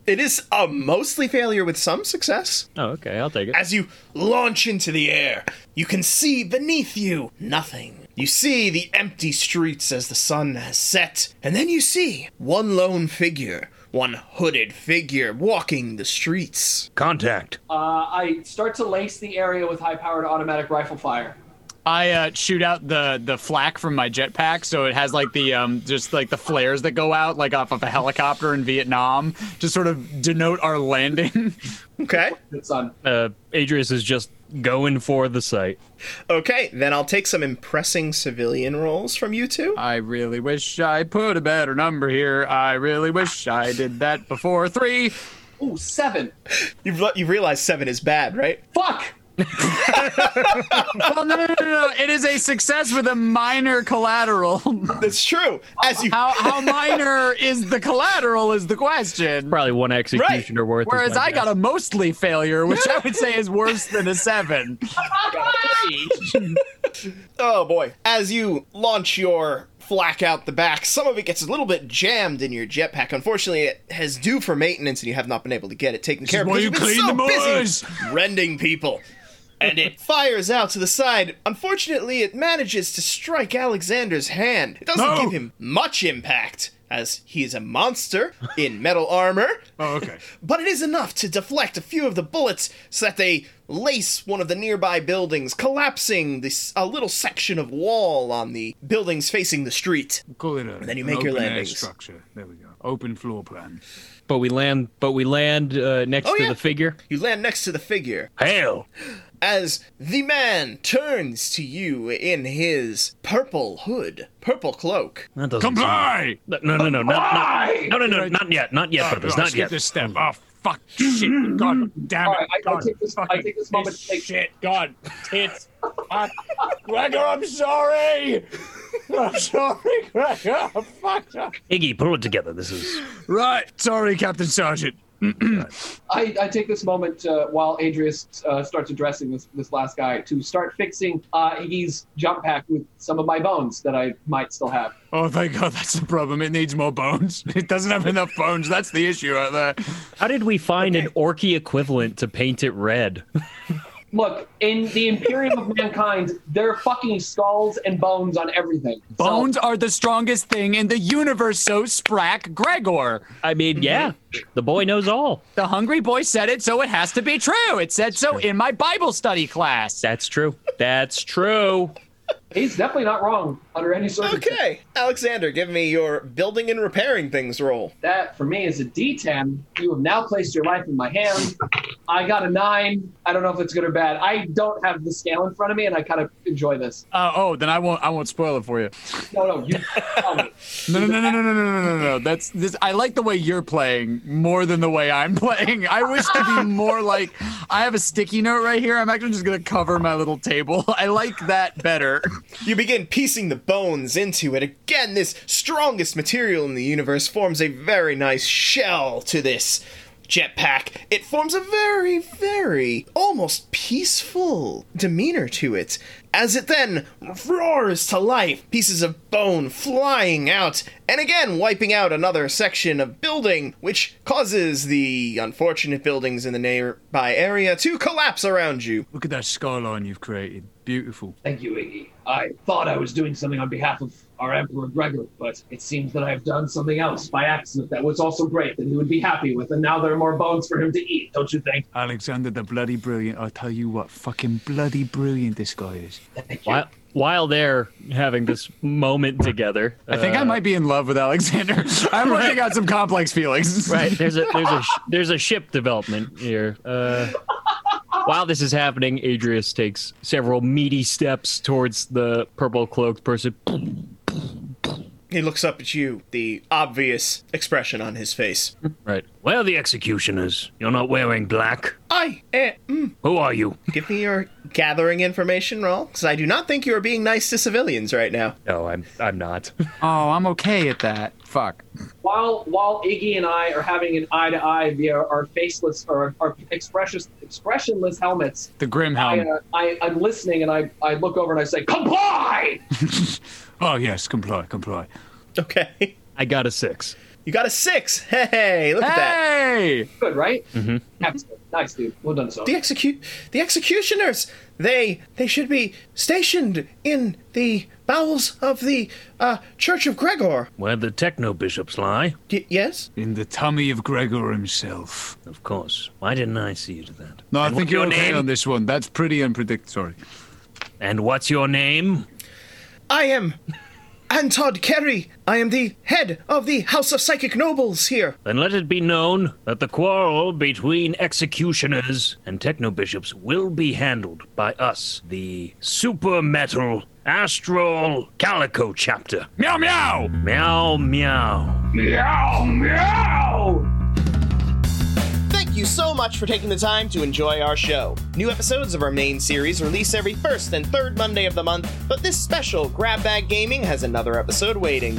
Speaker 13: It is a mostly failure with some success.
Speaker 5: oh, okay, I'll take it.
Speaker 13: As you launch into the air, you can see beneath you nothing. You see the empty streets as the sun has set, and then you see one lone figure, one hooded figure walking the streets.
Speaker 2: Contact.
Speaker 4: Uh, I start to lace the area with high-powered automatic rifle fire.
Speaker 3: I uh, shoot out the the flak from my jetpack, so it has like the um just like the flares that go out like off of a helicopter in Vietnam to sort of denote our landing.
Speaker 13: Okay?
Speaker 4: It's on.
Speaker 5: Uh, Adrius is just going for the site.
Speaker 13: Okay, then I'll take some impressing civilian roles from you two.
Speaker 1: I really wish I put a better number here. I really wish I did that before three.
Speaker 4: Ooh, seven.
Speaker 13: You've, le- you've realized seven is bad, right?
Speaker 4: Fuck.
Speaker 1: Well, no, no, no, no. no. It is a success with a minor collateral.
Speaker 14: Oh,
Speaker 13: That's true. As you
Speaker 1: How, how minor is the collateral is the question.
Speaker 5: Probably one executioner worth. is
Speaker 1: Whereas
Speaker 5: my
Speaker 1: I got a mostly failure, which I would say is worse than a seven.
Speaker 13: Oh boy. As you launch your flak out the back, some of it gets a little bit jammed in your jetpack. Unfortunately, it has due for maintenance and you have not been able to get it taken care of.
Speaker 1: why
Speaker 13: because
Speaker 1: you
Speaker 13: you've been
Speaker 1: clean
Speaker 13: so
Speaker 1: the
Speaker 13: busy rending people. and it fires out to the side. Unfortunately, it manages to strike Alexander's hand. It doesn't
Speaker 14: No!
Speaker 13: give him much impact, as he is a monster in metal armor,
Speaker 14: Oh, okay.
Speaker 13: but it is enough to deflect a few of the bullets so that they lace one of the nearby buildings, collapsing this a little section of wall on the buildings facing the street.
Speaker 14: Call it a,
Speaker 13: then you
Speaker 14: an
Speaker 13: make your
Speaker 14: open air
Speaker 13: landings.
Speaker 14: structure. There we go. Open floor plan.
Speaker 5: But we land. But we land uh, next
Speaker 13: Oh,
Speaker 5: to
Speaker 13: yeah.
Speaker 5: the figure.
Speaker 13: You land next to the figure.
Speaker 2: Hail!
Speaker 13: as the man turns to you in his purple hood, purple cloak.
Speaker 2: That doesn't
Speaker 14: Comply.
Speaker 2: sound- No, no, no, not, not,
Speaker 4: Why?
Speaker 2: no, no, no, not yet, not yet,
Speaker 14: Oh,
Speaker 2: brothers,
Speaker 14: I
Speaker 2: not
Speaker 14: skipped
Speaker 2: yet.
Speaker 14: This step. Oh fuck! Shit! God damn it!
Speaker 4: All right, I- I
Speaker 14: God,
Speaker 4: take this- I
Speaker 14: fucking
Speaker 4: take this moment to take-
Speaker 14: shit. God, tits. I, Gregor, I'm sorry. I'm sorry, Gregor. I'm fucked up.
Speaker 2: Iggy, pull it together. This is
Speaker 14: Right. Sorry, Captain Sergeant.
Speaker 4: I, I take this moment uh, while Adrius uh, starts addressing this, this last guy to start fixing uh, Iggy's jump pack with some of my bones that I might still have.
Speaker 14: Oh, thank God, that's the problem. It needs more bones. It doesn't have enough bones. That's the issue out there.
Speaker 5: How did we find an orky equivalent to paint it red?
Speaker 4: Look, in the Imperium of Mankind, there are fucking skulls and bones on everything. So-
Speaker 3: Bones are the strongest thing in the universe, so Sprack Gregor.
Speaker 5: I mean, yeah, the boy knows all.
Speaker 3: Mm-hmm. The hungry boy said it, so it has to be true. It said so in my Bible study class.
Speaker 5: That's true. That's true.
Speaker 4: he's definitely not wrong under any circumstances.
Speaker 13: Okay, Alexander, give me your building and repairing things roll.
Speaker 4: That for me is a D10. You have now placed your life in my hand. I got a nine. I don't know if it's good or bad. I don't have the scale in front of me, and I kind of enjoy this.
Speaker 14: Uh, oh, then I won't. I won't spoil it for you.
Speaker 4: No, no, you tell me.
Speaker 14: No, no, no, no, no, no, no, no, no, no. That's this. I like the way you're playing more than the way I'm playing. I wish to be more like. I have a sticky note right here. I'm actually just gonna cover my little table. I like that better.
Speaker 13: You begin piecing the bones into it. Again, this strongest material in the universe forms a very nice shell to this jetpack. It forms a very, very almost peaceful demeanor to it. As it then roars to life, pieces of bone flying out, and again wiping out another section of building, which causes the unfortunate buildings in the nearby area to collapse around you.
Speaker 14: Look at that skyline you've created. Beautiful.
Speaker 4: Thank you, Iggy. I thought I was doing something on behalf of our Emperor Gregor, but it seems that I have done something else by accident that was also great that he would be happy with, and now there are more bones for him to eat, don't you think?
Speaker 14: Alexander the bloody brilliant. I tell you what, fucking bloody brilliant this guy is.
Speaker 4: Thank you.
Speaker 5: While, while they're having this moment together, uh,
Speaker 14: I think I might be in love with Alexander. I'm working out some complex feelings.
Speaker 5: Right. There's a there's a sh- there's a ship development here. Uh, while this is happening, Adrius takes several meaty steps towards the purple cloaked person.
Speaker 13: He looks up at you, the obvious expression on his face.
Speaker 5: Right.
Speaker 2: where are the executioners. You're not wearing black.
Speaker 13: I am.
Speaker 2: Who are you?
Speaker 13: Give me your gathering information roll, because I do not think you are being nice to civilians right now.
Speaker 5: No, I'm I'm not.
Speaker 3: Oh, I'm okay at that. Fuck.
Speaker 4: While while Iggy and I are having an eye to eye via our faceless or our expressionless expressionless helmets,
Speaker 14: The Grim
Speaker 4: I,
Speaker 14: Helm.
Speaker 3: Um,
Speaker 4: uh, I I'm listening and I I look over and I say comply.
Speaker 14: Oh yes, comply, comply.
Speaker 13: Okay.
Speaker 5: I got a six.
Speaker 13: You got a six. Hey, look at that.
Speaker 14: Hey!
Speaker 4: Good, right? Excellent. Nice, dude. Well done, so.
Speaker 13: The execute the executioners. They they should be stationed in the bowels of the uh, Church of Gregor.
Speaker 2: Where the techno bishops lie?
Speaker 13: Y- yes.
Speaker 14: In the tummy of Gregor himself.
Speaker 2: Of course. Why didn't I see you to that?
Speaker 14: No, I
Speaker 2: And
Speaker 14: think
Speaker 2: what's
Speaker 14: you're
Speaker 2: your
Speaker 14: okay
Speaker 2: name?
Speaker 14: on this one. That's pretty unpredictable. Sorry.
Speaker 2: And what's your name?
Speaker 13: I am Antod Kerry. I am the head of the House of Psychic Nobles here.
Speaker 2: Then let it be known that the quarrel between executioners and techno bishops will be handled by us, the super metal astral calico chapter.
Speaker 14: Meow meow!
Speaker 2: Meow meow.
Speaker 13: Thank you so much for taking the time to enjoy our show. New episodes of our main series release every first and third Monday of the month, but this special Grab Bag Gaming has another episode waiting.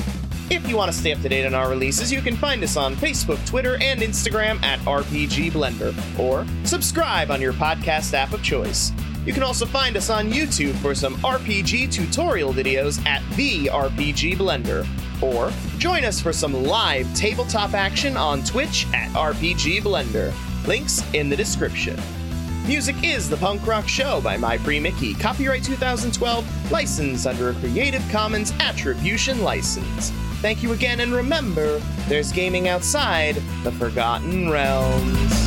Speaker 13: If you want to stay up to date on our releases, you can find us on Facebook, Twitter, and Instagram at RPG Blender, or subscribe on your podcast app of choice. You can also find us on YouTube for some RPG tutorial videos at the RPG Blender. Or join us for some live tabletop action on Twitch at RPG Blender. Links in the description.
Speaker 15: Music is The Punk Rock Show by My Free Mickey. Copyright 2012, licensed under a Creative Commons Attribution License. Thank you again, and remember, there's gaming outside the Forgotten Realms.